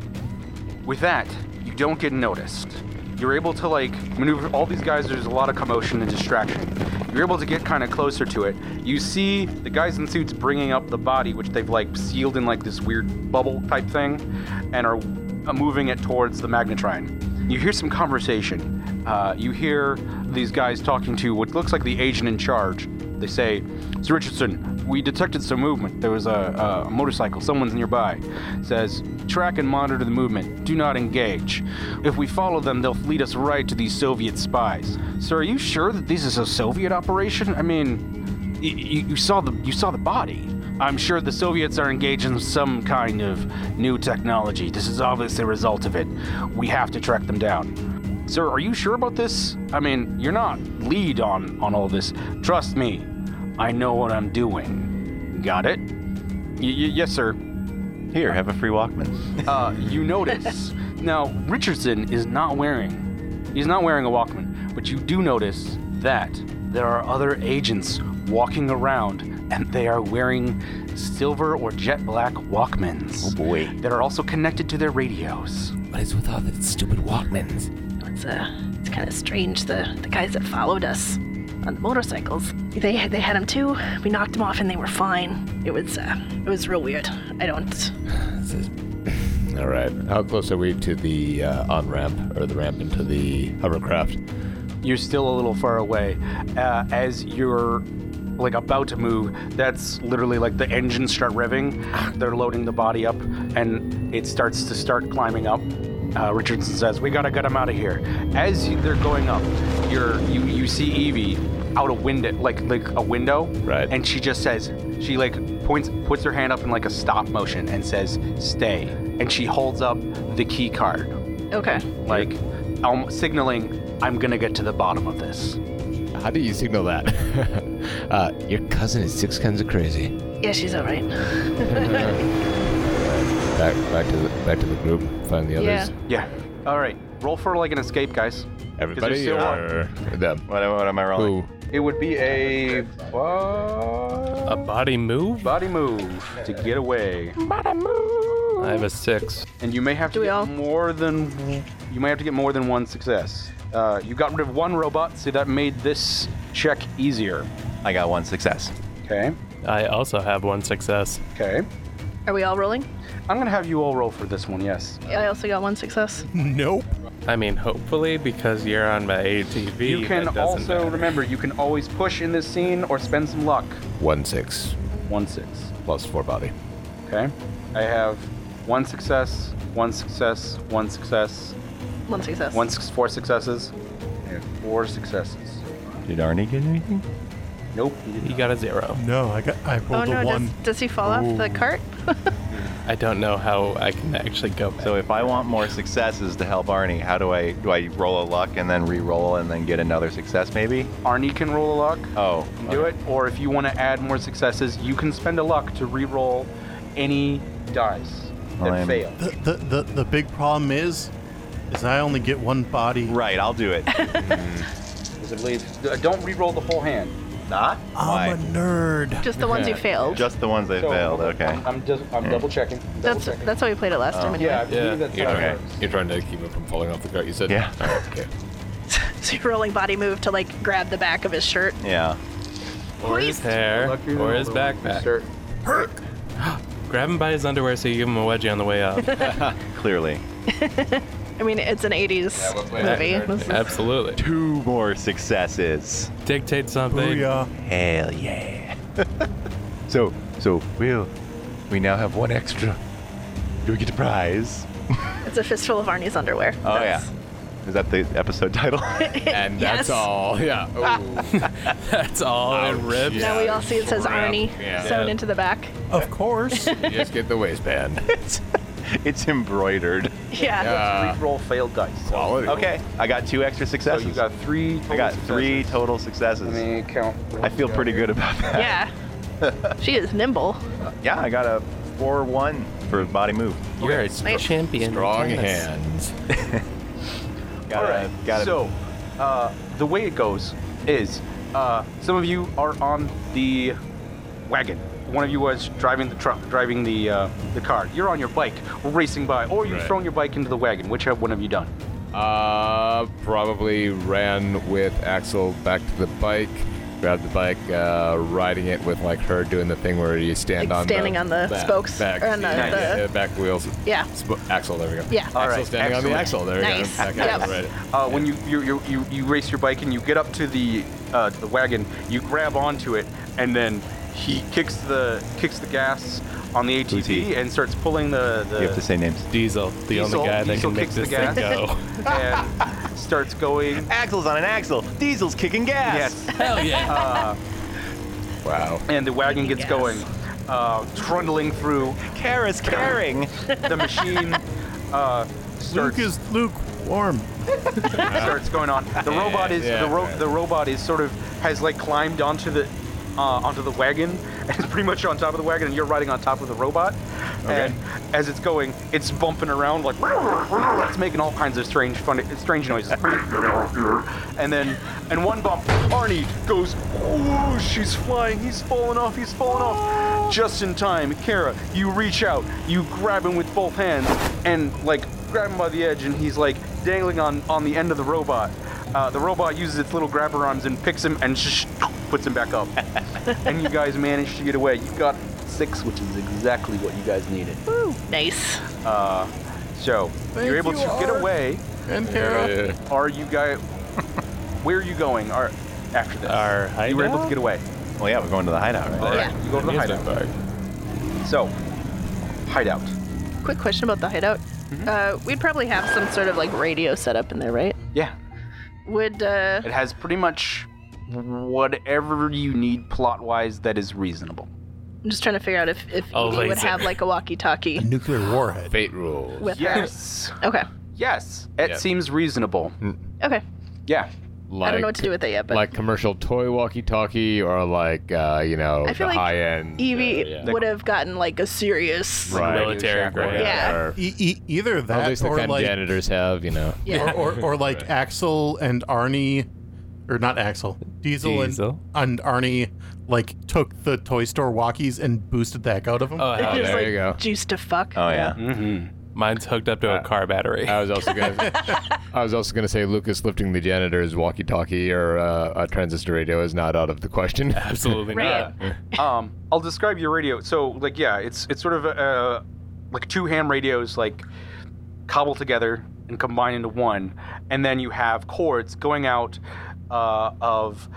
S4: With that, you don't get noticed. You're able to like maneuver all these guys. There's a lot of commotion and distraction. You're able to get kind of closer to it. You see the guys in suits bringing up the body, which they've like sealed in like this weird bubble type thing, and are uh, moving it towards the magnetrine. You hear some conversation. Uh, you hear these guys talking to what looks like the agent in charge. They say, "Sir Richardson, we detected some movement. There was a, a motorcycle. Someone's nearby." Says, "Track and monitor the movement. Do not engage. If we follow them, they'll lead us right to these Soviet spies." Sir, are you sure that this is a Soviet operation? I mean, y- y- you saw the you saw the body. I'm sure the Soviets are engaged in some kind of new technology. This is obviously a result of it. We have to track them down. Sir, are you sure about this? I mean, you're not lead on on all this. Trust me, I know what I'm doing. Got it? Y- y- yes, sir.
S8: Here, have a free Walkman.
S4: Uh, you notice now Richardson is not wearing he's not wearing a Walkman, but you do notice that there are other agents walking around and they are wearing silver or jet black Walkmans. Oh
S8: boy.
S4: That are also connected to their radios.
S9: What is with all the stupid Walkmans?
S10: It's, uh, it's kind of strange. The the guys that followed us on the motorcycles, they they had them too. We knocked them off, and they were fine. It was uh, it was real weird. I don't.
S1: All right. How close are we to the uh, on ramp or the ramp into the hovercraft?
S4: you're still a little far away. Uh, as you're like about to move, that's literally like the engines start revving. They're loading the body up, and it starts to start climbing up. Uh, Richardson says, "We gotta get him out of here." As you, they're going up, you're you you see Evie out a window, like like a window,
S1: Right.
S4: And she just says, she like points, puts her hand up in like a stop motion, and says, "Stay." And she holds up the key card
S6: Okay.
S4: like um, signaling i'm gonna get to the bottom of this
S1: How do you signal that? uh,
S9: Your cousin is six kinds of crazy.
S10: Yeah, she's all right.
S1: back, back to the back to the group. Find the others.
S4: yeah all right roll for like an escape guys
S1: Everybody.
S4: still on.
S1: or them.
S3: What, am- what am I rolling?
S1: Who?
S4: it would be a uh,
S7: A body move?
S4: body move to get away
S7: I have a six.
S4: and you may have to
S6: we
S4: get
S6: all-
S4: more than you may have to get more than one success uh, you got rid of one robot so that made this check easier
S8: I got one success.
S4: okay
S7: I also have one success.
S4: okay
S6: Are we all rolling?
S4: i'm gonna have you all roll for this one yes
S6: I also got one success.
S5: Nope.
S7: I mean, hopefully, because you're on my ATV.
S4: you can
S7: that doesn't
S4: also
S7: matter.
S4: remember you can always push in this scene or spend some luck
S1: One six
S4: one six
S1: plus four body.
S4: Okay. I have one success, one success, one success,
S6: One success.
S4: one six, four successes, have four successes.
S8: Did Arnie get anything?
S4: Nope, he didn't.
S7: He got a zero.
S5: No, I got. I rolled
S6: Oh
S5: a
S6: no,
S5: one.
S6: does, does he fall off the cart?
S7: I don't know how I can actually go back.
S8: So if I want more successes to help Arnie, how do I do I roll a luck and then re-roll and then get another success maybe?
S4: Arnie can roll a luck.
S8: Oh,
S4: can do it. Or if you want to add more successes, you can spend a luck to re-roll any dice that
S8: Lame.
S4: fail.
S5: The, the, the, the big problem is, is I only get one body.
S8: Right, I'll do it.
S4: Because I believe uh, don't re-roll the whole hand. Not.
S5: I'm a nerd.
S6: Just the ones you failed.
S8: Just the ones that failed. Okay.
S4: I'm, I'm just I'm double checking. Double
S6: That's
S4: checking.
S6: that's how we played it last time. Anyway.
S4: Oh. yeah. I believe that's
S1: You're
S4: how it
S1: trying,
S4: works.
S1: you're trying to keep him from falling off the cart. You said,
S8: Yeah.
S1: All right, okay.
S6: So you're rolling body move to like grab the back of his shirt.
S8: Yeah.
S7: Or his hair,
S4: Lucky
S7: or his
S4: roll, though,
S7: backpack.
S4: sir.
S7: Grab him by his underwear so you give him a wedgie on the way out.
S8: Clearly.
S6: I mean, it's an 80s
S1: Yeah, we're playing
S6: movie.
S1: that,
S6: This is-
S7: Absolutely.
S8: Two more successes.
S7: Dictate something.
S5: Booyah.
S8: Hell yeah. so, so Will, we now have one extra. Do we get a prize?
S6: It's a fistful of Arnie's underwear.
S8: Oh yeah. Is that the episode title?
S1: And that's
S6: Yes.
S1: all. Yeah. Ooh.
S7: That's all. I
S1: Ouch.
S7: rip.
S1: Yeah.
S6: Now we all see it says
S1: crap.
S6: Arnie
S1: Yeah.
S6: sewn
S7: Yeah.
S6: into the back.
S5: Of course.
S1: You just get the waistband.
S8: it's embroidered.
S6: Yeah.
S1: Uh,
S4: Re-roll failed dice. So,
S1: quality.
S8: Okay, I got two extra
S4: so
S8: successes.
S4: you got three. Total
S8: I got three
S4: successes.
S8: total successes.
S4: Let me count.
S8: I feel pretty good about that.
S6: Yeah. she is nimble.
S8: Yeah, I got a 4 1 for body move.
S7: You're a champion.
S1: Strong
S7: Yes.
S1: hands.
S8: Got
S4: All right.
S8: A, got a-
S4: so, uh, the way it goes is uh, some of you are on the wagon. One of you was driving the truck, driving the uh, the car. You're on your bike, racing by, or you've
S1: Right.
S4: thrown your bike into the wagon. Which have one have you done?
S1: Uh, probably ran with Axel back to the bike, grabbed the bike, uh, riding it with like her doing the thing where you stand
S6: Like
S1: on
S6: standing
S1: the
S6: on the
S1: back-
S6: spokes,
S1: back,
S6: or on the-
S1: yeah,
S6: the-
S1: yeah, back wheels.
S6: Yeah.
S1: Sp- axle, there we go.
S6: Yeah.
S1: Axel
S4: All right,
S1: standing on the axle. There
S6: Nice.
S1: we go. Back axle,
S6: Yep.
S1: right.
S4: Uh, when you you, you you you race your bike and you get up to the uh, the wagon, you grab onto it, and then he kicks the kicks the gas on the
S8: Who's he?
S4: ATV and starts pulling the, the
S8: you have to say names.
S7: Diesel, the
S4: Diesel-
S7: only guy that
S4: Diesel
S7: can make
S4: kicks the
S7: this thing
S4: gas.
S7: go.
S4: and starts going.
S8: Axel's on an axle. Diesel's kicking gas.
S4: Yes.
S7: Hell yeah.
S1: Wow.
S4: and the wagon gets going, uh, trundling through
S8: Kara's caring.
S4: the machine. Uh,
S5: Luke
S4: starts,
S5: is lukewarm.
S4: starts going on. The robot is
S1: yeah,
S4: the, ro-
S1: right.
S4: the robot is sort of has like climbed onto the uh, onto the wagon and is pretty much on top of the wagon, and you're riding on top of the robot. And as it's going, it's bumping around like it's making all kinds of strange funny strange noises. and then and one bump, Arnie goes, oh, she's flying, he's falling off, he's falling off. Just in time, Kara, you reach out, you grab him with both hands, and like grab him by the edge, and he's like dangling on on the end of the robot. Uh, the robot uses its little grabber arms and picks him and sh- puts him back up. and you guys manage to get away. You got six, which is exactly what you guys needed.
S6: Nice.
S4: So you're able
S5: you,
S4: to get
S5: Art.
S4: away.
S5: And Kara.
S1: Yeah.
S4: Are you guys? Where are you going? Are after this?
S7: Our
S4: you were able to
S7: hideout?
S4: get away.
S8: well, yeah, we're going to the hideout, right?
S4: All right, you go to the hideout. So, hideout.
S6: Quick question about the hideout. Uh, we'd probably have some sort of like radio set up in there, right?
S4: Yeah,
S6: Would uh,
S4: it has pretty much whatever you need plot-wise that is reasonable.
S6: I'm just trying to figure out if if
S7: Oh,
S6: we would
S7: laser.
S6: have like a
S5: A
S6: walkie-talkie
S5: nuclear warhead.
S1: Fate rules.
S6: with
S4: Yes.
S6: her. Okay.
S4: Yes. It
S1: Yeah. Mm.
S4: seems reasonable.
S6: Okay.
S4: Yeah.
S1: Like,
S6: I don't know what to do with it yet, but
S1: Like commercial toy walkie-talkie, or like uh, you know
S6: I
S1: the
S6: feel like E
S1: high-end.
S6: Evie
S1: uh, yeah.
S6: would have gotten like a serious.
S1: Right.
S7: Military
S4: Shack, right?
S7: grade.
S6: Yeah.
S1: Or,
S5: E- e- either
S1: or at
S5: that
S1: least the
S5: or
S1: kind
S5: like,
S1: janitors have, you know.
S6: Yeah.
S5: or, or, or like Axel and Arnie, or not Axel, Diesel, and-
S7: Diesel.
S5: And, Arnie like took the toy store walkies and boosted the heck out of them.
S7: Oh, hell
S6: Just,
S7: yeah.
S1: there
S6: like,
S1: you go.
S6: Juice to fuck.
S8: Oh, yeah.
S4: Mm-hmm.
S7: Mine's hooked up
S4: Uh,
S7: to a car battery.
S1: I was also gonna, I was also gonna say Lucas lifting the janitor's walkie-talkie or uh, a transistor radio is not out of the question.
S7: Absolutely
S6: Right.
S7: not.
S4: um, I'll describe your radio. So, like, yeah, it's it's sort of uh, like two ham radios, like cobbled together and combined into one, and then you have cords going out uh, of.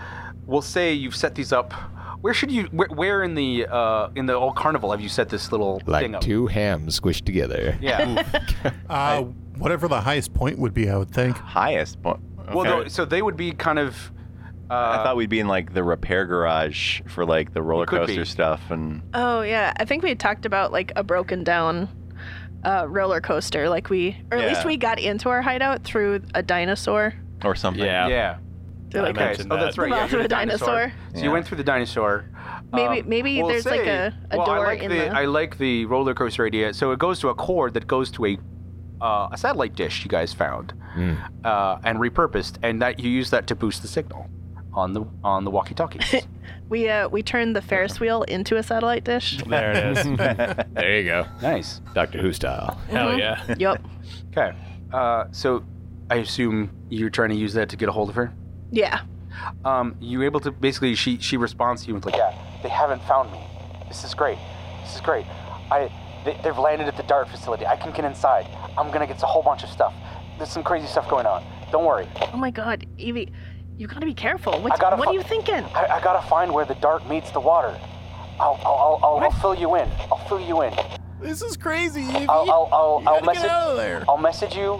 S4: We'll say you've set these up. Where should you? Where, where in the uh, in the old carnival have you set this little thing
S1: Like
S4: up?
S1: two hams squished together.
S4: Yeah.
S5: Uh, whatever the highest point would be, I would think.
S8: Highest point.
S4: Well,
S3: Okay.
S4: though, so they would be kind of. Uh,
S3: I thought we'd be in like the repair garage for like the roller
S4: could be.
S3: coaster stuff and
S6: Oh yeah, I think we had talked about like a broken down uh, roller coaster. Like we, or at
S3: Yeah.
S6: least we got into our hideout through a dinosaur.
S3: or something.
S1: Yeah.
S4: yeah.
S6: Through, like,
S4: Okay.
S1: mentioned
S4: Oh, that's
S1: that.
S4: right. Yeah,
S6: Mouth
S4: you're
S6: of
S4: the
S6: a dinosaur.
S4: So you went through the dinosaur. Um,
S6: Maybe- maybe
S4: we'll
S6: there's, like, a- a
S4: well, I
S6: door
S4: like
S6: in
S4: the,
S6: the-
S4: I like the roller coaster idea. So it goes to a cord that goes to a uh, a satellite dish you guys found uh, and repurposed, and that you use that to boost the signal on the on the walkie-talkies.
S6: we uh, we turned the Ferris wheel into a satellite dish.
S1: There it is. there you go.
S4: nice.
S1: Doctor Who style.
S4: Mm-hmm.
S7: Hell yeah.
S6: yep.
S4: Okay. Uh, so I assume you're trying to use that to get a hold of her.
S6: Yeah.
S4: um, you able to basically she she responds to you and it's like yeah they haven't found me this is great this is great i they, they've landed at the dart facility i can get inside i'm gonna get a whole bunch of stuff there's some crazy stuff going on don't worry
S6: Oh my God, Evie, you gotta be careful. What's,
S4: I gotta
S6: what
S4: fi-
S6: are you thinking?
S4: i, I gotta find where the dart meets the water i'll i'll i'll, I'll, I'll fill you in i'll fill you in
S5: This is crazy, Evie.
S4: I'll, I'll, I'll,
S5: You gotta
S4: I'll
S5: get
S4: message.
S5: out of there.
S4: I'll message you.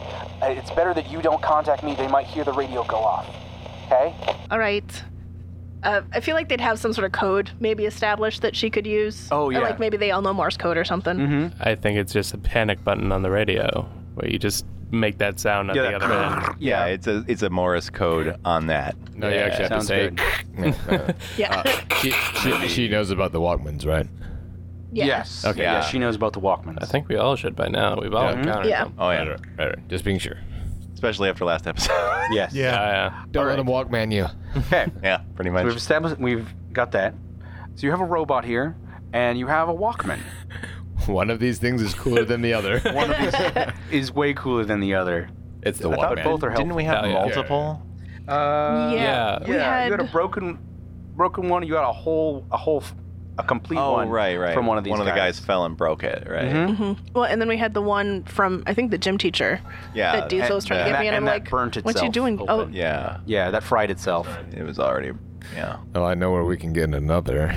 S4: Uh, It's better that you don't contact me. They might hear the radio go off. Okay.
S6: All right. Uh, I feel like they'd have some sort of code maybe established that she could use.
S4: Oh, yeah.
S6: Or like maybe they all know Morse code or something.
S7: I think it's just a panic button on the radio where you just make that sound at
S4: Yeah,
S7: the
S4: that-
S7: other end.
S3: Yeah, it's a it's a Morris code on that.
S1: No, you actually have to
S4: sounds
S1: say.
S4: good.
S1: Yeah,
S6: Yeah.
S1: uh, she, she, she knows about the Walkmans, right?
S6: yeah.
S4: Yes.
S1: Okay.
S4: Yeah.
S1: Yeah,
S4: She knows about the Walkman.
S7: I think we all should by now. We've all
S4: Mm-hmm.
S1: Yeah.
S7: encountered
S6: Yeah.
S7: them.
S3: Oh yeah,
S1: Right, right, right. Just being sure.
S3: especially after last episode.
S4: Yes.
S5: Yeah.
S7: Yeah.
S1: Don't let them Walkman you.
S4: Okay.
S3: yeah, pretty
S4: We've
S3: much.
S4: established we've got that. So you have a robot here, and you have a Walkman.
S1: One of these things is cooler than the other.
S4: One of these is way cooler than the other.
S1: it's the
S3: I thought
S1: Walkman.
S4: both are
S3: Didn't we have
S7: Hell yeah.
S3: multiple?
S4: Uh,
S7: Yeah.
S6: We
S4: you
S6: had,
S4: had a broken, broken one. You had a whole, a whole, f- a complete one.
S3: Oh right, right.
S4: From one of these.
S3: One of the guys fell and broke it, right?
S4: Mhm.
S6: well, and then we had the one from I think the gym teacher
S3: Yeah.
S6: that Diesel was trying to
S3: that-
S6: get me, and,
S4: and
S6: I'm
S4: that
S6: like,
S4: burnt
S6: "What you
S4: itself
S6: doing? Oh,
S4: open.
S3: Yeah,
S4: Yeah, that fried itself.
S3: it was already. Yeah.
S1: Oh, I know where we can get another.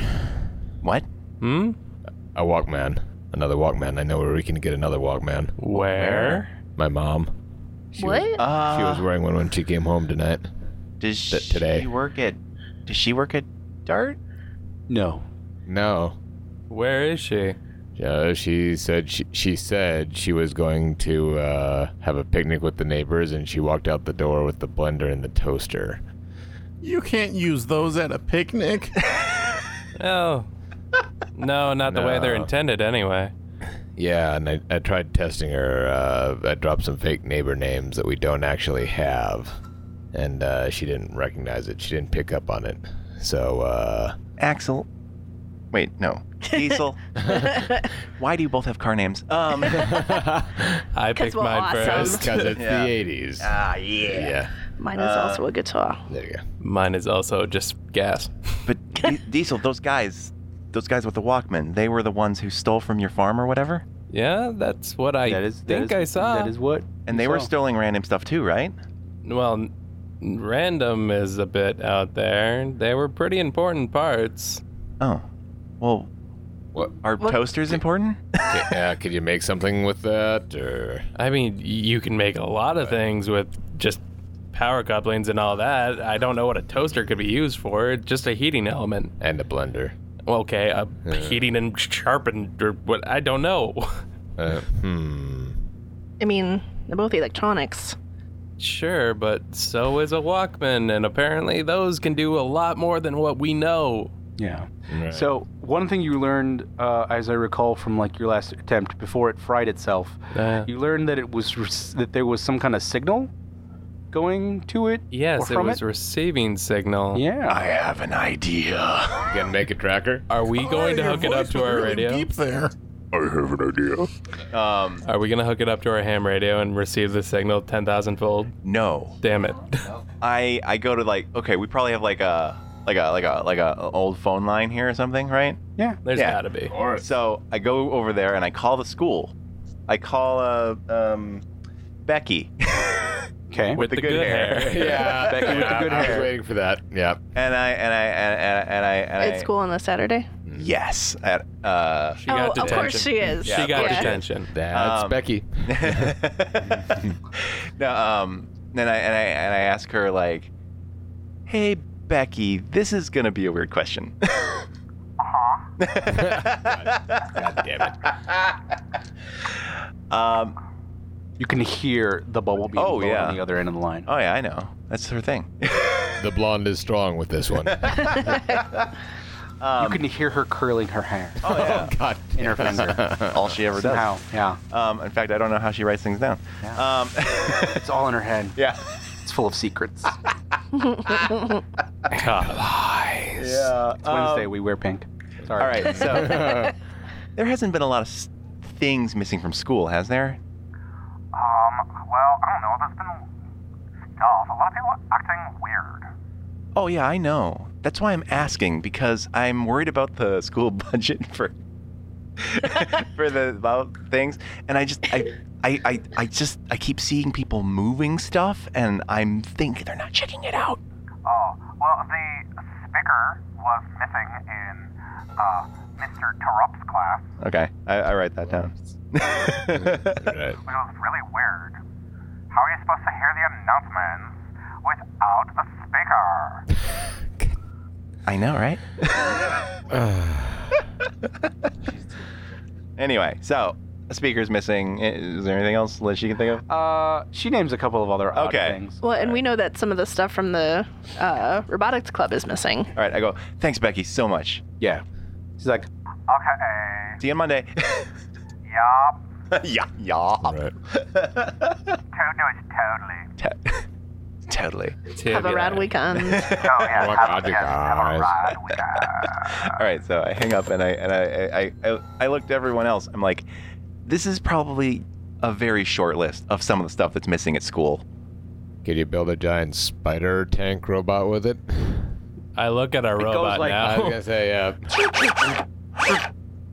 S3: What?
S7: Hmm?
S1: A Walkman. Another Walkman. I know where we can get another Walkman.
S7: Where?
S1: My mom.
S6: Oh, what?
S3: Uh,
S1: She was wearing one when she came home tonight.
S3: does she
S1: th- today.
S3: work at? Does she work at Dart?
S4: No.
S1: No.
S7: Where is she?
S1: Uh, she said she, she said she was going to uh, have a picnic with the neighbors, and she walked out the door with the blender and the toaster.
S5: You can't use those at a picnic.
S7: Oh. No, not the way they're
S1: No.
S7: intended anyway.
S1: Yeah, and I, I tried testing her. Uh, I dropped some fake neighbor names that we don't actually have, and uh, she didn't recognize it. She didn't pick up on it. So uh,
S3: Axel. Wait, no. Diesel. Why do you both have car names? Um.
S7: I picked
S6: we're
S7: mine
S6: awesome.
S7: first.
S1: because it's
S3: Yeah.
S1: the '80s.
S3: ah, yeah.
S1: yeah,
S6: Mine is also a guitar.
S1: there you go.
S7: Mine is also just gas.
S3: But Di- Diesel, those guys, those guys with the Walkman, they were the ones who stole from your farm or whatever,
S7: Yeah, that's what I
S4: That is. that
S7: think
S4: is-
S7: I saw.
S4: That is what.
S3: and
S4: you
S3: they were
S4: saw.
S3: stealing random stuff too, right?
S7: Well, n- random is a bit out there. They were pretty important parts.
S3: Oh, well,
S1: What?
S3: are toasters important?
S1: Okay, uh, could you make something with that, or
S7: I mean, y- you can make a lot of things with just power couplings and all that. I don't know what a toaster could be used for. It's just a heating element.
S1: and a blender?
S7: Okay, a heating and sharpened or what? I don't know.
S1: Uh, hmm.
S6: I mean, they're both electronics.
S7: Sure, but so is a Walkman, and apparently those can do a lot more than what we know.
S4: Yeah.
S1: Right.
S4: So one thing you learned, uh, as I recall from like your last attempt before it fried itself,
S7: Uh,
S4: you learned that it was res- that there was some kind of signal going to it. or
S7: yes, it
S4: from
S7: was receiving signal.
S4: yeah.
S3: have an idea. I
S1: Can make a tracker?
S7: Are we going to
S5: Your
S7: hook it up
S5: voice
S7: to
S5: was
S7: our
S5: really
S7: radio?
S5: Deep there.
S3: have an idea. Um,
S7: Are we gonna hook it up to our ham radio and receive the signal ten thousand fold?
S3: no,
S7: Damn it!
S3: I I go to like okay, we probably have like a like a like a like a old phone line here or something, right?
S4: Yeah.
S7: There's
S3: Yeah.
S7: gotta be.
S3: So I go over there and I call the school. I call uh um Becky.
S4: Okay.
S7: With,
S3: the good hair.
S1: Yeah,
S4: Becky with the
S1: yeah, I
S4: good hair.
S1: was waiting for that. Yeah.
S3: and I and I and, and, and I and
S6: It's
S3: I,
S6: cool on a Saturday.
S3: Yes. At, uh,
S7: She got
S6: oh, of
S7: detention.
S6: course she is.
S7: She got
S6: yeah.
S7: detention.
S1: That's
S3: Um,
S1: Becky.
S3: no, um, and I and I and I ask her like, "Hey, Becky, this is gonna be a weird question."
S1: God damn it.
S3: um,
S4: You can hear the bubble being
S3: Oh,
S4: blown
S3: yeah.
S4: on the other end of the line.
S3: oh yeah, I know. That's her thing.
S1: The blonde is strong with this one. oh,
S4: you
S3: Um,
S4: can hear her curling her hair
S1: God.
S4: in her finger.
S3: All oh, she ever
S4: Somehow, yeah.
S3: does. Um, in fact, I don't know how she writes things down.
S4: Yeah.
S3: Um,
S4: It's all in her head.
S3: yeah.
S4: It's full of secrets. It's
S3: Yeah. um,
S4: Wednesday. We wear pink. Sorry.
S3: All right, so there hasn't been a lot of s- things missing from school, has there?
S11: Um, well, I don't know. There's been stuff. A lot of people acting weird.
S3: Oh yeah, I know. That's why I'm asking because I'm worried about the school budget for for the about things, and I just I, I I I just I keep seeing people moving stuff, and I'm think they're not checking it out.
S11: Oh, well, the speaker was missing in uh, Mr. Tarup's class,
S3: Okay, I, I write that down.
S1: Right.
S11: which was really weird. How are you supposed to hear the announcements without the speaker?
S3: I know, right? anyway, so a speaker's missing. Is there anything else Liz you can think of?
S4: Uh, she names a couple of other odd
S3: Okay.
S4: things.
S6: Well, and we know that some of the stuff from the uh, robotics club is missing.
S3: All right, I go. Thanks, Becky, so much.
S4: Yeah. She's like,
S11: Okay.
S3: See you on Monday.
S11: Yup.
S3: yeah, yeah.
S1: Right.
S11: Toad knows totally.
S3: Te- totally.
S6: Have a rad weekend.
S11: Oh, yeah.
S1: What
S11: have,
S1: are the
S11: yes, have a
S1: guys?
S11: ride with us.
S3: All right, so I hang up and I and I I, I I looked to everyone else. I'm like, this is probably a very short list of some of the stuff that's missing at school.
S1: Could you build a giant spider tank robot with it?
S7: I look at our
S4: goes
S7: robot
S4: like-
S1: I was
S7: now.
S1: gonna say, yeah.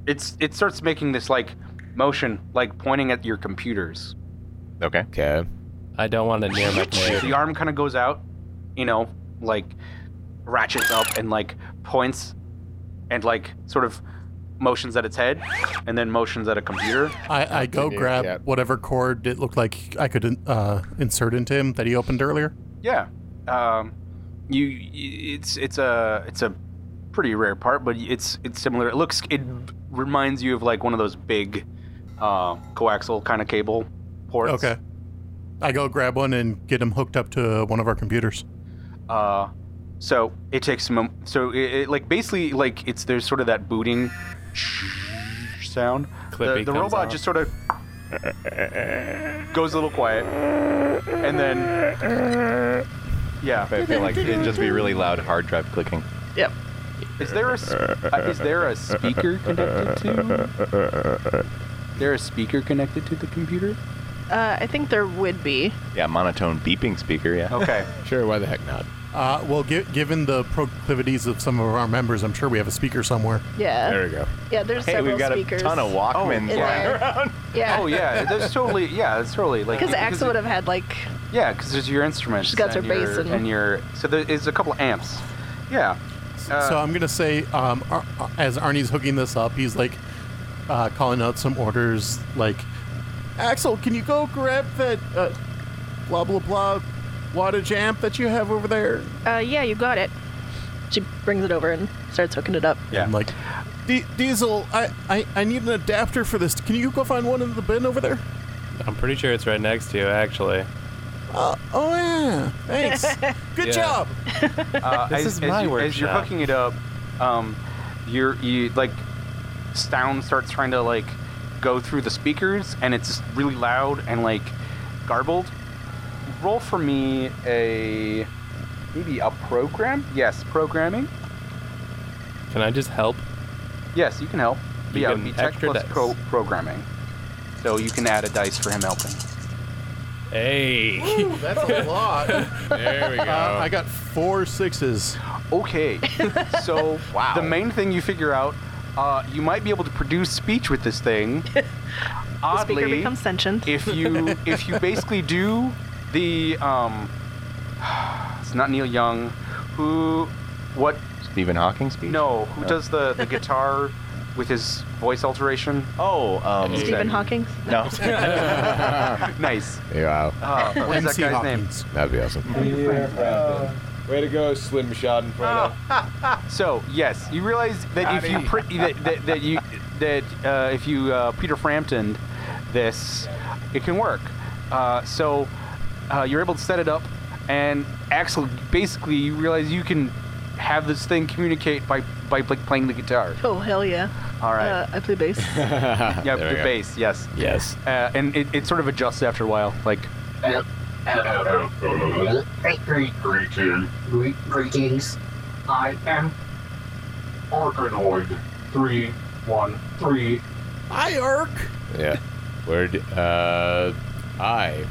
S4: it's it starts making this like motion, like pointing at your computers.
S3: Okay.
S1: Okay.
S7: I don't want to near my computer.
S4: The arm kind of goes out, you know, like ratchets up and like points and like sort of motions at its head and then motions at a computer.
S5: I, I go
S1: Continue,
S5: grab
S1: yeah.
S5: whatever cord it looked like I could uh, insert into him that he opened earlier.
S4: Yeah. Um, you it's it's a it's a pretty rare part, but it's it's similar. It looks it reminds you of like one of those big uh, coaxial kind of cable ports.
S5: Okay. I go grab one and get him hooked up to one of our computers.
S4: Uh, so it takes a moment. So it, it like basically like it's there's sort of that booting sound.
S7: Clippy
S4: the the
S7: comes
S4: robot
S7: out.
S4: just sort of goes a little quiet, and then yeah.
S3: I feel like it'd just be really loud hard drive clicking.
S6: yep.
S4: Is there a s- uh, is there a speaker connected to? There a speaker connected to the computer?
S6: Uh, I think there would be.
S3: Yeah, monotone beeping speaker. Yeah.
S6: Oh,
S4: Okay.
S1: Sure, why the heck not?
S5: Uh, well, gi- given the proclivities of some of our members, I'm sure we have a speaker somewhere.
S6: Yeah.
S1: There we go.
S6: Yeah, there's
S3: Hey,
S6: several
S3: we've got
S6: speakers.
S3: a ton of Walkmans.
S6: in
S3: lying
S6: there.
S3: around.
S6: Yeah.
S4: Oh yeah, that's totally yeah, that's totally like
S6: Because Axe would have had like
S4: Yeah, because there's your instruments.
S6: She's got her
S4: and your-
S6: bass and-
S4: and your so there is a couple amps. Yeah. Uh,
S5: so I'm gonna say, um, Ar- Ar- as Arnie's hooking this up, he's like uh, calling out some orders, like, "Axel, can you go grab that uh, blah blah blah wattage amp that you have over there?"
S6: Uh, yeah, you got it. She brings it over and starts hooking it up.
S4: yeah.
S5: I'm like, "Di- "Diesel, I, I I need an adapter for this. Can you go find one in the bin over there?"
S7: I'm pretty sure it's right next to you, actually.
S5: Uh, oh yeah, thanks. Good
S7: Yeah.
S5: job.
S4: Uh,
S7: This
S4: as,
S7: is
S4: as
S7: my
S4: you, As you're
S7: workshop.
S4: hooking it up, um, you're you like sound starts trying to like go through the speakers, and it's really loud and like garbled. Roll for me a maybe a program. Yes, programming.
S7: Can I just help?
S4: Yes, you can help. But
S7: You
S4: yeah, it
S7: get
S4: would be
S7: an
S4: tech
S7: extra
S4: plus
S7: dice.
S4: pro- programming. So you can add a dice for him helping.
S7: Hey.
S5: That's a lot.
S1: There we go.
S5: Uh, I got four sixes.
S4: Okay. So the main thing you figure out, uh, you might be able to produce speech with this thing.
S6: The speaker
S4: Oddly,
S6: becomes sentient.
S4: if you if you basically do the um, it's not Neil Young, who what
S3: Stephen Hawking speech.
S4: no who does the the guitar with his voice alteration?
S3: Oh, um,
S6: Stephen Hawking?
S3: No.
S4: nice.
S1: Yeah.
S4: Uh, what is that
S1: MC
S4: guy's
S1: Hawkins.
S4: name?
S1: That'd be awesome. Way to go, Slim Schadenfreude.
S4: So yes, you realize that if you
S1: Howdy.
S4: pri- that, that, that you that uh, if you uh, Peter Frampton this, it can work. Uh, so uh, you're able to set it up, and Axel basically you realize you can have this thing communicate by by like playing the guitar.
S6: Oh, hell yeah.
S4: All right.
S6: Uh, I play bass.
S4: yeah,
S1: There
S4: the
S1: we go.
S4: bass. Yes.
S1: Yes.
S4: Uh, and it, it sort of adjusts after a while. Like
S12: Greetings. Greetings. I am Arkanoid 313.
S5: Hi, Ark.
S1: Yeah. Where d uh, I.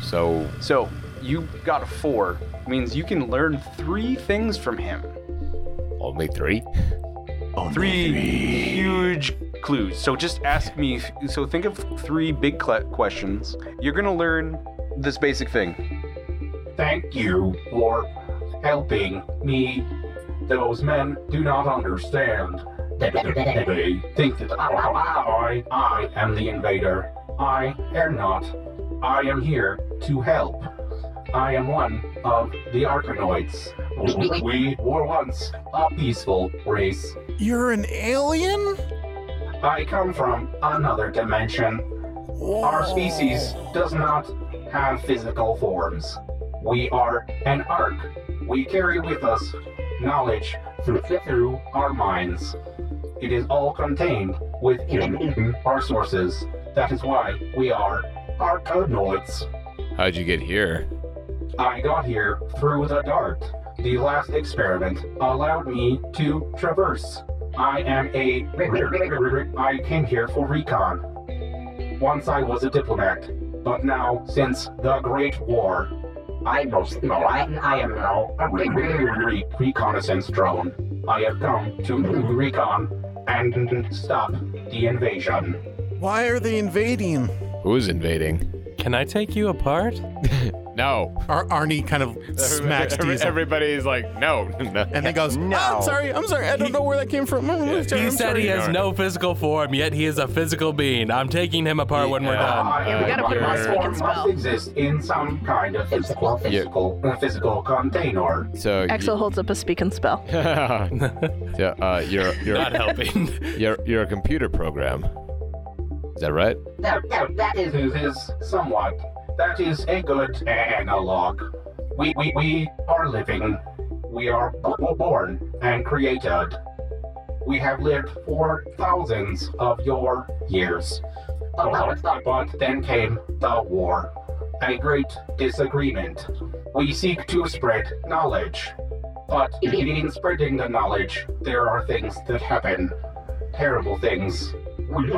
S1: So.
S4: So you got a four means you can learn three things from him.
S1: Only three?
S4: three, huge clues. So just ask me. if- So think of three big cl- questions. You're gonna learn this basic thing.
S12: Thank you for helping me. Those men do not understand. They think that I, I, I am the invader. I am not. I am here to help. I am one of the Arkanoids. We were once a peaceful race.
S13: You're an alien?
S12: I come from another dimension. Our species does not have physical forms. We are an ark. We carry with us knowledge through, through our minds. It is all contained within our sources. That is why we are arcanoids.
S1: How'd you get here?
S12: I got here through the dart. The last experiment allowed me to traverse. I am a. I came here for recon. Once I was a diplomat, but now, since the Great War, I most no, I, I am now a re- re- re- reconnaissance drone. I have come to recon and stop the invasion.
S13: Why are they invading?
S1: Who's invading?
S7: Can I take you apart?
S1: no.
S13: Ar- Arnie kind of smacks
S1: every-
S13: Diesel.
S1: Everybody's like, no.
S13: and then goes,
S1: No.
S13: "Oh, I'm sorry, I'm sorry, I don't know where that came from. I'm sorry,
S7: He
S13: I'm
S7: said
S13: sorry."
S7: he has no physical form, yet he is a physical being. I'm taking him apart when we're done.
S12: Yeah, form must exist in some kind of physical, physical, physical container.
S1: So.
S6: Axel holds up a speak and spell.
S1: yeah, uh, you're, you're
S7: Not helping.
S1: You're you're a computer program. Is that right?
S12: No, no, that is, is, is somewhat. That is a good analog. We, we, we are living. We are b- b- born and created. We have lived for thousands of your years. But, but then came the war. A great disagreement. We seek to spread knowledge. But in spreading the knowledge, there are things that happen. Terrible things. We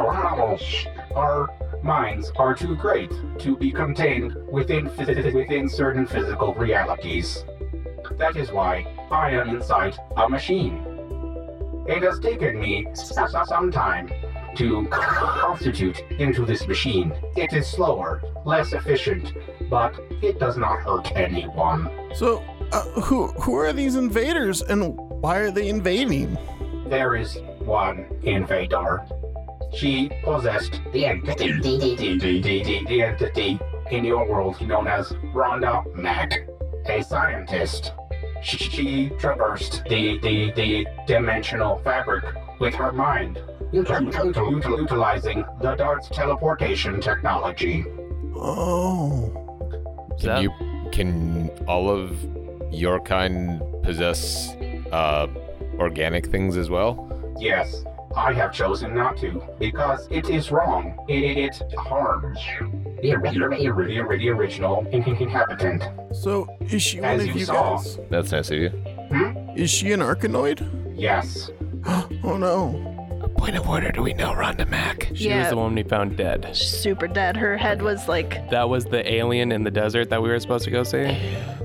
S12: our minds are too great to be contained within phys- within certain physical realities. That is why I am inside a machine. It has taken me s- s- some time to constitute into this machine. It is slower, less efficient, but it does not hurt anyone.
S13: So, uh, who who are these invaders, and why are they invading?
S12: There is one invader. She possessed the entity, the, the, the, the, the entity in your world known as Rhonda Mack, a scientist. She, she traversed the, the, the dimensional fabric with her mind, util- util- util- utilizing the Dart's teleportation technology.
S13: Oh.
S1: Can you can all of your kind possess uh, organic things as well?
S12: Yes, I have chosen not to because it is wrong. It, it harms the, ori- the, ori- the ori- the original in- in- inhabitant.
S13: So, is she one
S12: As
S13: of
S12: you
S13: you
S12: saw.
S13: guys?
S1: That's nice of you.
S13: Is she an Arkanoid?
S12: Yes.
S13: Oh no.
S9: Point of order, do we know Rhonda Mack?
S7: She was
S6: Yeah.
S7: the woman we found dead.
S6: Super dead. Her head was like,
S7: That was the alien in the desert that we were supposed to go see.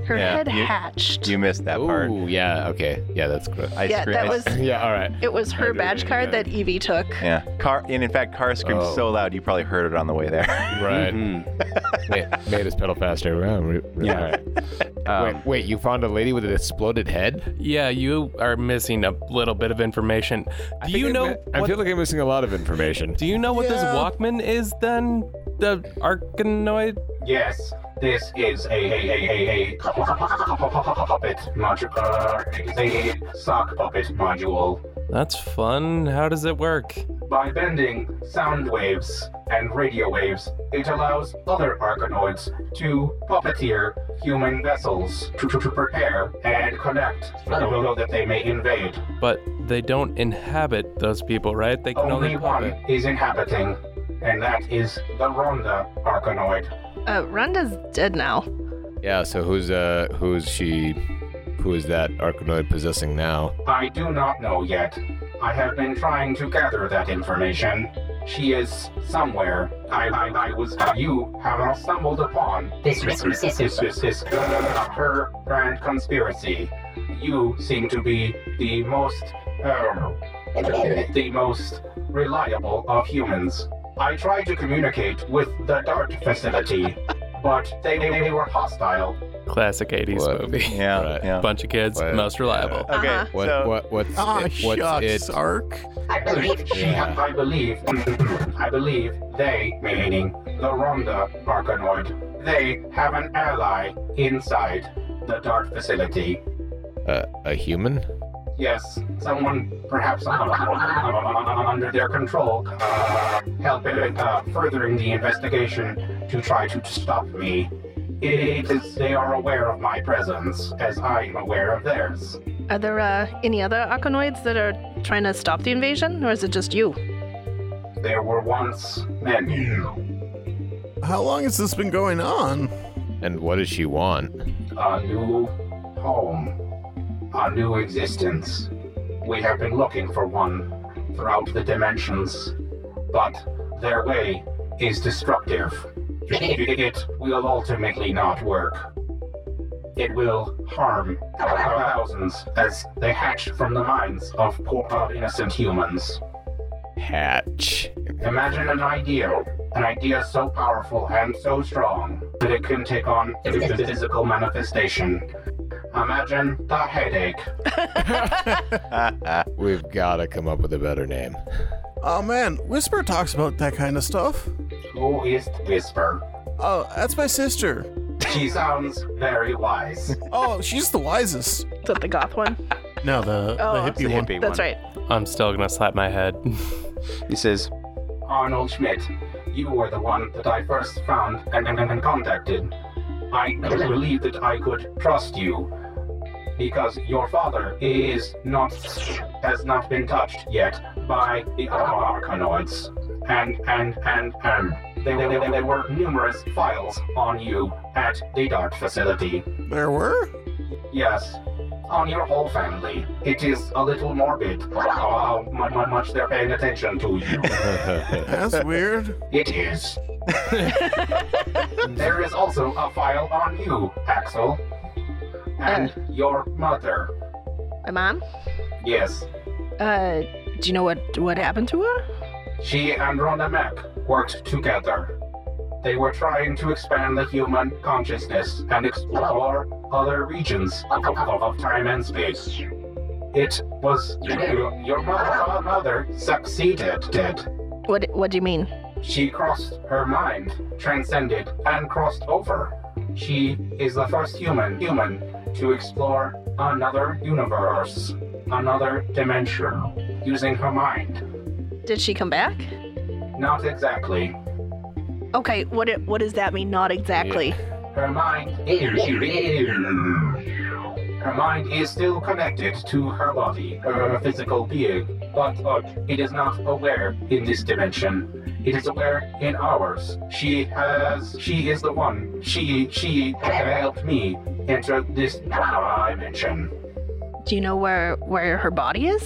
S6: her head hatched.
S3: You missed that
S1: part. Ooh, yeah, okay. Yeah, that's correct.
S3: I
S6: Yeah,
S3: scre-
S6: that
S3: I s-
S6: was-
S1: yeah, all right.
S6: It was her badge card that Evie took.
S3: Yeah. Car and in fact car screamed
S1: Oh.
S3: so loud you probably heard it on the way there.
S1: Mm-hmm. Right. Ma- made, us pedal faster. Wow, we- we- all right. wait, wait, you found a lady with an exploded head?
S7: Yeah, you are missing a little bit of information. Do you know?
S1: I
S7: what-
S1: feel like I'm missing a lot of information.
S7: Do you know what this Walkman is then? The Arkanoid?
S12: Yes, this is a a a a, a puppet module. A sock puppet module.
S7: That's fun. How does it work?
S12: By bending sound waves and radio waves, it allows other archonoids to puppeteer human vessels to, to, to prepare and connect so that they may invade.
S7: But they don't inhabit those people, right? They can only,
S12: Only one is inhabiting, and that is the Ronda archonoid.
S6: Uh, Rhonda's dead now.
S1: Yeah. So who's uh who's she? Who is that Arkanoid possessing now?
S12: I do not know yet. I have been trying to gather that information. She is somewhere. I, I, I was. You have stumbled upon this, this, this, this, this, this, this uh, her grand conspiracy. You seem to be the most, uh, the most reliable of humans. I tried to communicate with the Dart facility, but they, they, they were hostile.
S7: Classic 80s movie.
S3: Yeah, yeah.
S7: Bunch of kids, most reliable.
S12: Okay, Uh-huh.
S1: What,
S12: so-
S1: what, what's
S12: Ah,
S1: it, what's
S12: shucks,
S1: it?
S13: Ark?
S12: I believe she.
S1: Yeah.
S12: I believe. I believe they, meaning the Ronda Arcanoid, they have an ally inside the Dart facility.
S1: Uh, a human?
S12: Yes, someone perhaps uh, under their control, uh, helping uh, furthering the investigation to try to stop me. It is they are aware of my presence, as I am aware of theirs.
S6: Are there uh, any other Arconoids that are trying to stop the invasion, or is it just you?
S12: There were once men.
S13: How long has this been going on?
S1: And what does she want?
S12: a new home, a new existence. We have been looking for one throughout the dimensions, but their way is destructive. it will ultimately not work. It will harm thousands as they hatch from the minds of poor innocent humans.
S1: Hatch.
S12: Imagine an idea, an idea so powerful and so strong that it can take on a physical manifestation. Imagine the headache.
S1: We've got to come up with a better name.
S13: Oh man, Whisper talks about that kind of stuff.
S12: Who is Whisper?
S13: Oh, that's my sister.
S12: She sounds very wise.
S13: Oh, she's the wisest.
S6: Is that the goth one?
S13: No, the,
S6: Oh, that's the hippie That's one. right.
S7: I'm still gonna slap my head.
S4: he says,
S12: Arnold Schmidt, you were the one that I first found and, and, and contacted. I believe that I could trust you because your father is not has not been touched yet by the Arcanoids. And and and and there, there, there- there were numerous files on you at the Dart facility.
S13: There were?
S12: Yes, on your whole family. It is a little morbid how mu- mu- much they're paying attention to you.
S13: That's weird.
S12: It is. there is also a file on you, Axel. And your mother.
S6: My mom?
S12: Yes.
S6: Uh, do you know what what happened to her?
S12: She and Rhonda Mack worked together. They were trying to expand the human consciousness and explore other regions of, of- of time and space. It was your, your mo- mother succeeded.
S6: What What do you mean?
S12: She crossed her mind, transcended, and crossed over. She is the first human human to explore another universe, another dimension, using her mind.
S6: Did she come back?
S12: Not exactly.
S6: Okay. What it, What does that mean? Not exactly.
S12: Her mind Her mind is still connected to her body, her physical being, but uh, it is not aware in this dimension. It is aware in ours. She has. She is the one. She. She helped me enter this dimension.
S6: Do you know where where her body is?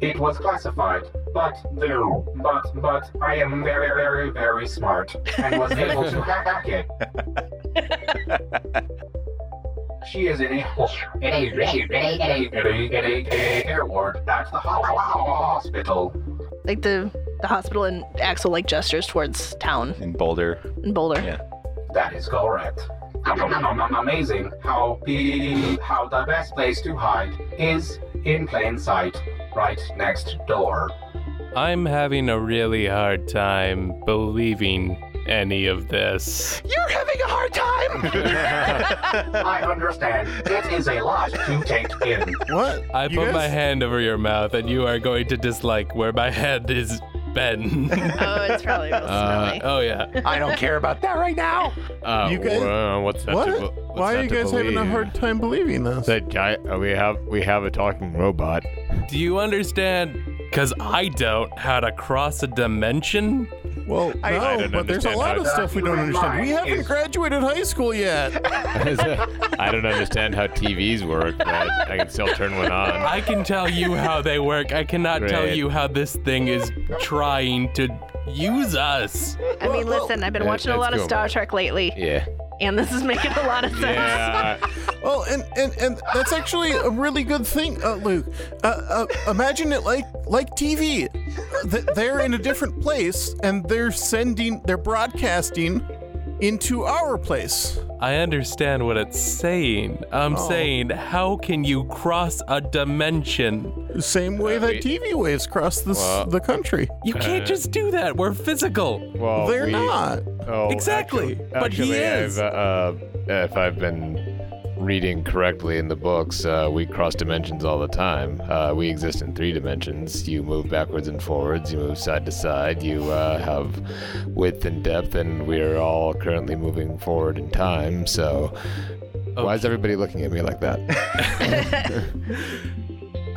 S12: It was classified, but no, but but I am very very very smart and was able to hack it. she is in a, in a, in a, in a, in a, in a air ward at the ho- hospital.
S6: Like the the hospital and Axel like gestures towards town
S3: in Boulder.
S6: in Boulder.
S3: Yeah.
S12: That is correct. amazing how the how the best place to hide is in plain sight, right next door.
S7: I'm having a really hard time believing any of this.
S8: You're having a hard time!
S12: I understand. It is a lot to take in.
S5: What?
S7: I put my hand over your mouth, and you are going to dislike where my hand is been.
S6: oh, it's probably real
S7: Uh,
S6: smelly.
S7: oh yeah.
S8: I don't care about that right now.
S1: Uh,
S5: You guys-
S1: wha- what's that?
S5: what?
S1: to be- what's
S5: Why
S1: that
S5: are you
S1: to
S5: guys having a
S1: believe?
S5: hard time believing this?
S1: That guy. uh, We have we have a talking robot.
S7: Do you understand? Because I don't how to cross a dimension.
S5: Well,
S7: I-
S5: no,
S7: I don't
S5: but there's a
S7: understand
S5: lot
S7: how
S5: of
S7: it-
S5: stuff we don't understand. We haven't graduated high school yet.
S1: I don't understand how TVs work, but I can still turn one on.
S7: I can tell you how they work. I cannot tell
S1: Great.
S7: you how this thing is trying to use us.
S6: I mean, listen, I've been
S7: That-
S6: watching a
S7: that's
S6: lot of
S7: cool.
S6: Star Trek lately,
S1: Yeah.
S6: and this is making a lot of sense.
S5: Well, and, and, and that's actually a really good thing, uh, Luke. Uh, uh, imagine it like like TV. Uh, th- they're in a different place, and they're sending, they're broadcasting into our place.
S7: I understand what it's saying. I'm
S5: Oh.
S7: saying, how can you cross a dimension?
S5: The same
S1: Uh,
S5: way that TV waves cross this,
S7: Well,
S5: the country.
S7: You can't just do that. We're physical.
S1: Well,
S5: They're
S1: we-
S5: not.
S1: Oh,
S7: Exactly,
S1: actu-
S7: but he
S1: actually, I've,
S7: is.
S1: uh, if I've been reading correctly in the books, uh, we cross dimensions all the time. Uh, we exist in three dimensions. You move backwards and forwards. You move side to side. You uh, have width and depth, and we're all currently moving forward in time. So, why is everybody looking at me like that?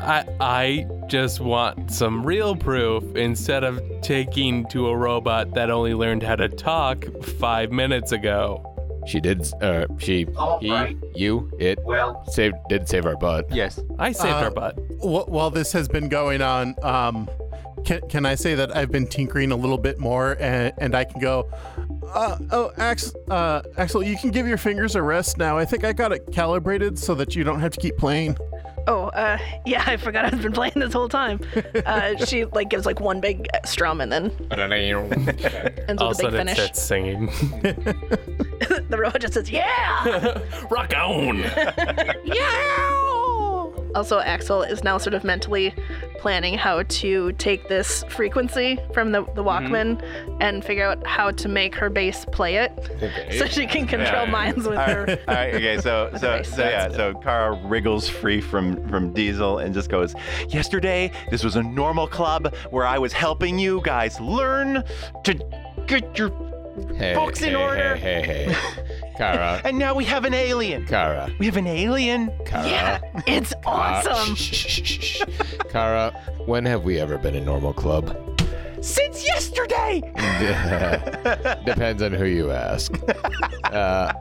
S7: I I just want some real proof instead of taking to a robot that only learned how to talk five minutes ago.
S1: she did. s- Uh, she, he, you, it.
S12: Well,
S1: saved did save our butt.
S4: Yes,
S7: I saved
S5: Uh,
S7: our butt.
S5: Wh- while this has been going on, um, can, can I say that I've been tinkering a little bit more and, and I can go, uh, oh, Ax- uh, Axel, you can give your fingers a rest now. I think I got it calibrated so that you don't have to keep playing.
S6: Oh, uh, yeah, I forgot I've been playing this whole time. Uh, she like gives like one big strum and then ends
S7: All
S6: with
S7: of
S6: a
S7: a sudden, it
S6: big finish.
S7: starts singing.
S6: the robot just says, "Yeah,
S7: rock on."
S6: Also, Axel is now sort of mentally planning how to take this frequency from the,
S4: Mm-hmm.
S6: the Walkman and figure out how to make her bass play it so she can control minds with
S3: All right,
S4: Uh,
S6: her.
S3: All right, okay, so so so yeah, so Kara wriggles free from from Diesel and just goes, "Yesterday, this was a normal club where I was helping you guys learn to get your
S1: Hey,
S3: books in
S1: hey,
S3: order."
S1: Hey, hey, hey, Kara.
S3: And now we have an alien.
S1: Kara.
S3: We have an alien.
S1: Kara.
S6: It's
S4: uh,
S6: awesome.
S1: Kara, when have we ever been a normal club?
S8: Since yesterday!
S1: Depends on who you ask. Uh,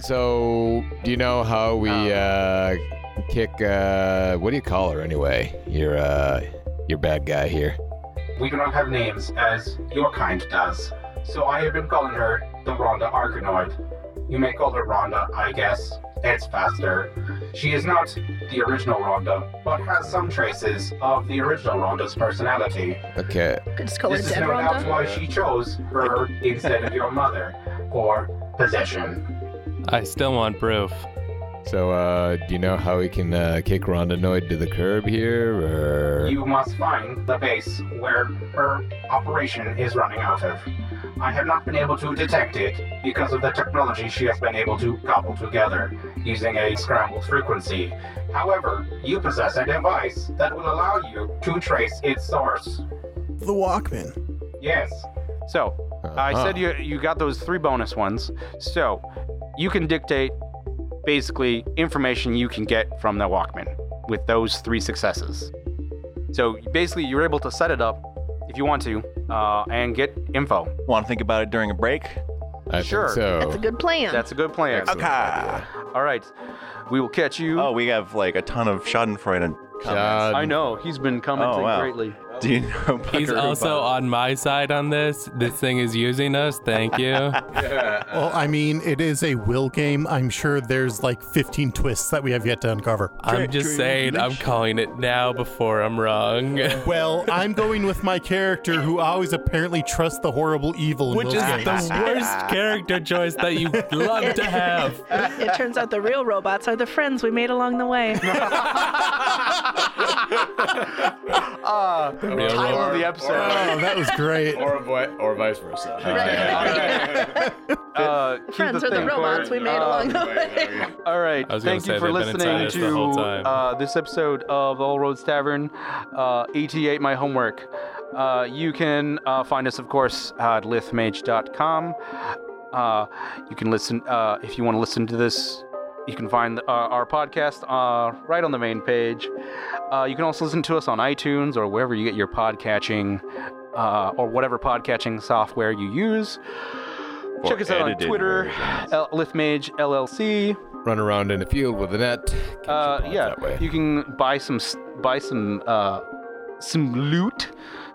S1: so, do you know how we
S4: Oh.
S1: uh, kick? Uh, what do you call her anyway? Your uh, your bad guy here.
S12: We do not have names, as your kind does. So I have been calling her the Rhonda Arcanoid. You may call her Rhonda, I guess. It's faster. She is not the original Rhonda, but has some traces of the original Rhonda's personality.
S1: Okay.
S6: Just
S12: this is no doubt why she chose her instead of your mother for possession.
S7: I still want proof.
S1: So, uh, do you know how we can uh, kick Rondanoid to the curb here, or
S12: You must find the base where her operation is running out of. I have not been able to detect it because of the technology she has been able to cobble together using a scrambled frequency. However, you possess a device that will allow you to trace its source.
S5: The Walkman.
S12: Yes.
S4: So I
S12: Uh-huh.
S4: said you you got those three bonus ones. So you can dictate basically information you can get from the Walkman with those three successes. So basically, you're able to set it up if you want to uh, and get info.
S3: Want to think about it during a break?
S1: I
S4: sure.
S6: That's a good plan.
S4: That's a good plan.
S3: Okay.
S4: All right. We will catch you.
S3: Oh, we have like a ton of Schadenfreude and comments.
S4: I know he's been commenting
S3: Oh, wow.
S4: greatly.
S3: Do you know?
S7: He's
S3: Buckaroo
S7: also
S3: Bob?
S7: on my side on this. This thing is using us. Thank you.
S5: Well, I mean, it is a will game. I'm sure there's like 15 twists that we have yet to uncover.
S7: I'm just saying, I'm calling it now before I'm wrong.
S5: Well, I'm going with my character who always apparently trusts the horrible evil. In
S7: Which
S5: those
S7: is
S5: games.
S7: the worst character choice that you love to have.
S6: It turns out the real robots are the friends we made along the way.
S4: Uh, title of the episode.
S5: Oh, that was great.
S1: or, vi- or vice versa.
S4: Uh, keep
S6: friends are the
S4: thing
S6: robots we made
S4: Uh,
S3: Oh,
S6: along the way.
S4: All right.
S7: I was gonna
S4: Thank you
S7: say
S4: for
S7: they've been
S4: listening
S7: inside us
S4: to
S7: the whole time.
S4: Uh, this episode of the Old Roads Tavern. Uh, ET8 My Homework. Uh, you can uh, find us, of course, at lithmage.com. Uh, you can listen, uh, if you want to listen to this, you can find uh, our podcast uh, right on the main page. Uh, you can also listen to us on iTunes or wherever you get your podcatching uh, or whatever podcatching software you use.
S1: For
S4: Check us out on
S1: edited
S4: Twitter, L- Lithmage LLC.
S1: Run around in a field with a net.
S4: Uh, yeah, you can buy some s- buy some uh, some loot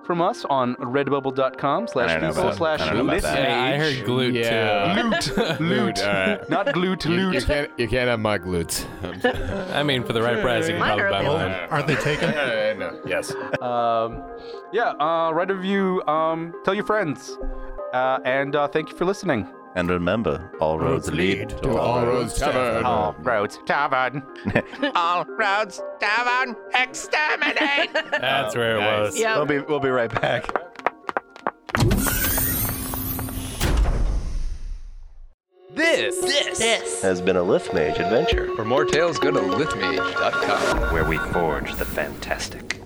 S4: from us on redbubble.com
S1: I
S4: slash
S1: don't know
S4: people
S1: about-
S4: slash
S1: I don't know about
S4: Lithmage.
S1: that. Yeah, I heard uh, glute, Yeah. too.
S4: Loot, loot,
S1: All right.
S4: not glute,
S1: You-
S4: loot.
S1: You can't, you can't have my glutes.
S7: I mean, for the right price, you can probably buy one.
S5: Aren't they taken?
S1: Yes.
S4: um, yeah, uh, write a review. Um, tell your friends, uh, and uh, thank you for listening.
S3: And remember, all roads lead to all roads tavern.
S4: All roads tavern.
S14: All roads down, exterminate!
S7: That's where it was.
S14: Yep.
S3: We'll be we'll be right back.
S15: This, this, this
S3: Has been a Lift Mage adventure.
S15: For more tales, go to lithmage.com, where we forge the fantastic.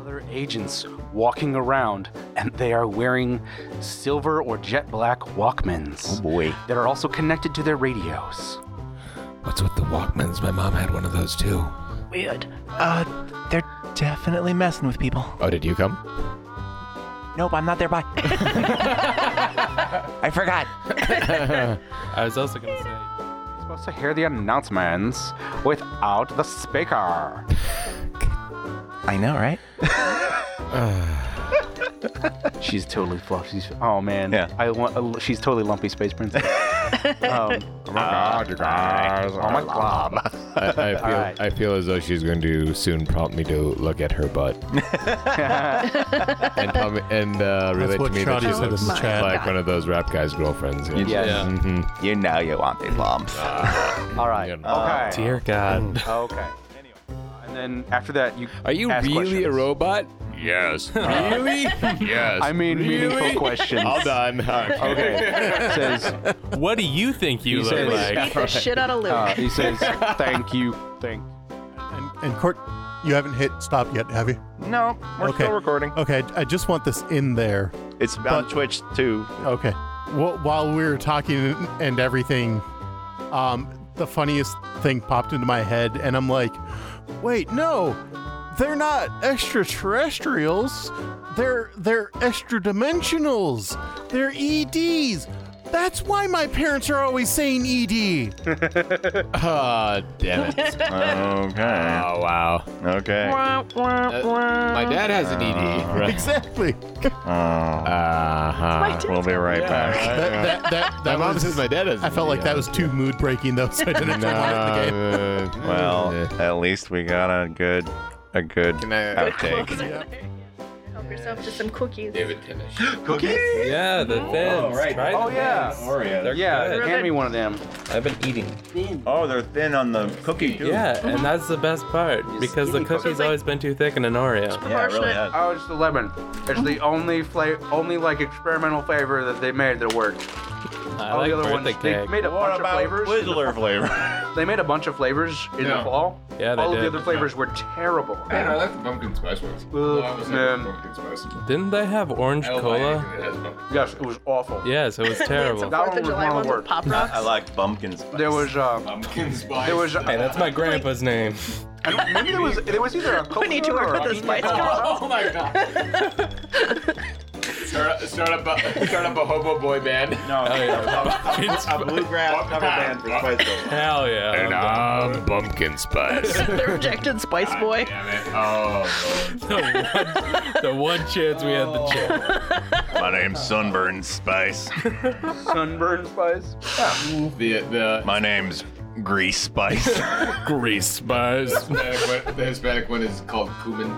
S4: other agents walking around, and they are wearing silver or jet black Walkmans.
S3: Oh boy.
S4: That are also connected to their radios.
S16: What's with the Walkmans? My mom had one of those too.
S17: Weird.
S3: Uh, they're definitely messing with people.
S1: Oh, did you come?
S3: Nope, I'm not there. Bye. I forgot.
S4: I was also gonna say. You're supposed to hear the announcements without the speaker.
S3: I know, right?
S4: she's totally fluffed. She's, oh man, yeah. I want. uh, She's totally lumpy space princess. um, oh my god, you guys! Oh my god!
S1: I, I, feel,
S4: All right.
S1: I feel as though she's going to soon prompt me to look at her butt and tell me, and uh, relate to
S5: what
S1: me that she
S5: Shadi said in
S1: looks
S5: the chat.
S1: like one of those rap guys' girlfriends.
S3: You- Yeah.
S1: Mhm.
S3: You know you want these lumps.
S4: All right. Okay.
S7: Dear God.
S4: Okay. And then after that, you
S1: Are you
S4: ask
S1: really
S4: questions.
S1: a robot? Yes. really? yes.
S4: I mean,
S1: Really?
S4: meaningful questions.
S1: All done. All right.
S4: Okay. says,
S7: What do you think you
S4: He
S7: look
S4: says-
S7: like?
S4: Beat the shit out of Luke. Uh, he says, "Thank you, thank."
S5: And Court, you haven't hit stop yet, have you?
S3: No, we're
S5: okay.
S3: still recording.
S5: Okay, I just want this in there.
S3: It's on Twitch too.
S5: Okay. Well, while we were talking and everything, um, the funniest thing popped into my head, and I'm like, wait, no, they're not extraterrestrials. They're they're extra dimensionals. They're EDs. That's why my parents are always saying E ED.
S1: Ah, damn it. okay. Oh, wow.
S3: Okay.
S4: uh,
S1: my dad has an ED. Right.
S5: Exactly.
S1: Uh-huh.
S3: Oh, We'll be right back.
S5: That, that, that,
S1: My mom
S5: was-
S1: says my dad has
S5: I
S1: an E
S5: felt
S1: ED.
S5: like that was too mood breaking though, so I didn't actually want it in the game.
S3: Uh, Well, at least we got a good, a good outtake.
S6: Help yourself to some cookies.
S4: Cookies?
S7: Yeah, the thins.
S4: Oh, right.
S7: Try
S4: Oh,
S7: the
S4: yeah.
S7: thins.
S4: Oreo.
S7: They're
S4: Yeah,
S7: good.
S4: hand me one of them.
S7: I've been eating.
S3: Oh, they're thin on the cookie too.
S7: Yeah, and that's the best part because the cookie's always been too thick in an Oreo.
S4: Oh, it's the lemon. It's the only flavor, only like experimental flavor that they made that worked.
S7: I
S4: All
S7: like
S4: the other ones,
S7: birthday
S4: they
S7: cake.
S4: made a
S7: What
S4: bunch
S7: about
S4: of flavors.
S3: Whistler flavor.
S4: They made a bunch of flavors in the
S7: Yeah.
S4: fall.
S7: Yeah, they
S4: All of
S7: did.
S4: the other flavors were terrible.
S7: Yeah, I like
S1: the pumpkin spice ones.
S4: Ugh, man.
S7: Didn't they have orange
S4: Oh,
S7: cola?
S4: Yes, it was awful.
S7: Yes, it was terrible.
S4: That one was one of the worst.
S3: I liked bumpkins.
S4: There was uh, There was uh,
S7: Hey, that's my grandpa's name.
S4: I don't- maybe there was there was either a coconut
S6: need to work
S4: or
S6: with
S4: a
S6: the Spice
S4: peanut
S6: Girls.
S4: butter.
S6: Oh my
S4: god.
S1: Start, start, up a, start up a hobo boy band. No,
S7: a
S1: bluegrass cover band for Spice
S7: Hell yeah.
S1: And I'm Bumpkin Spice.
S6: the rejected Spice Boy.
S1: Oh.
S7: the one chance we had the
S4: Oh.
S7: chance.
S3: My name's Sunburn Spice.
S4: Sunburn Spice?
S1: The, the,
S3: My name's Grease Spice.
S7: Grease Spice.
S1: The Hispanic one, the Hispanic one is called Cumin.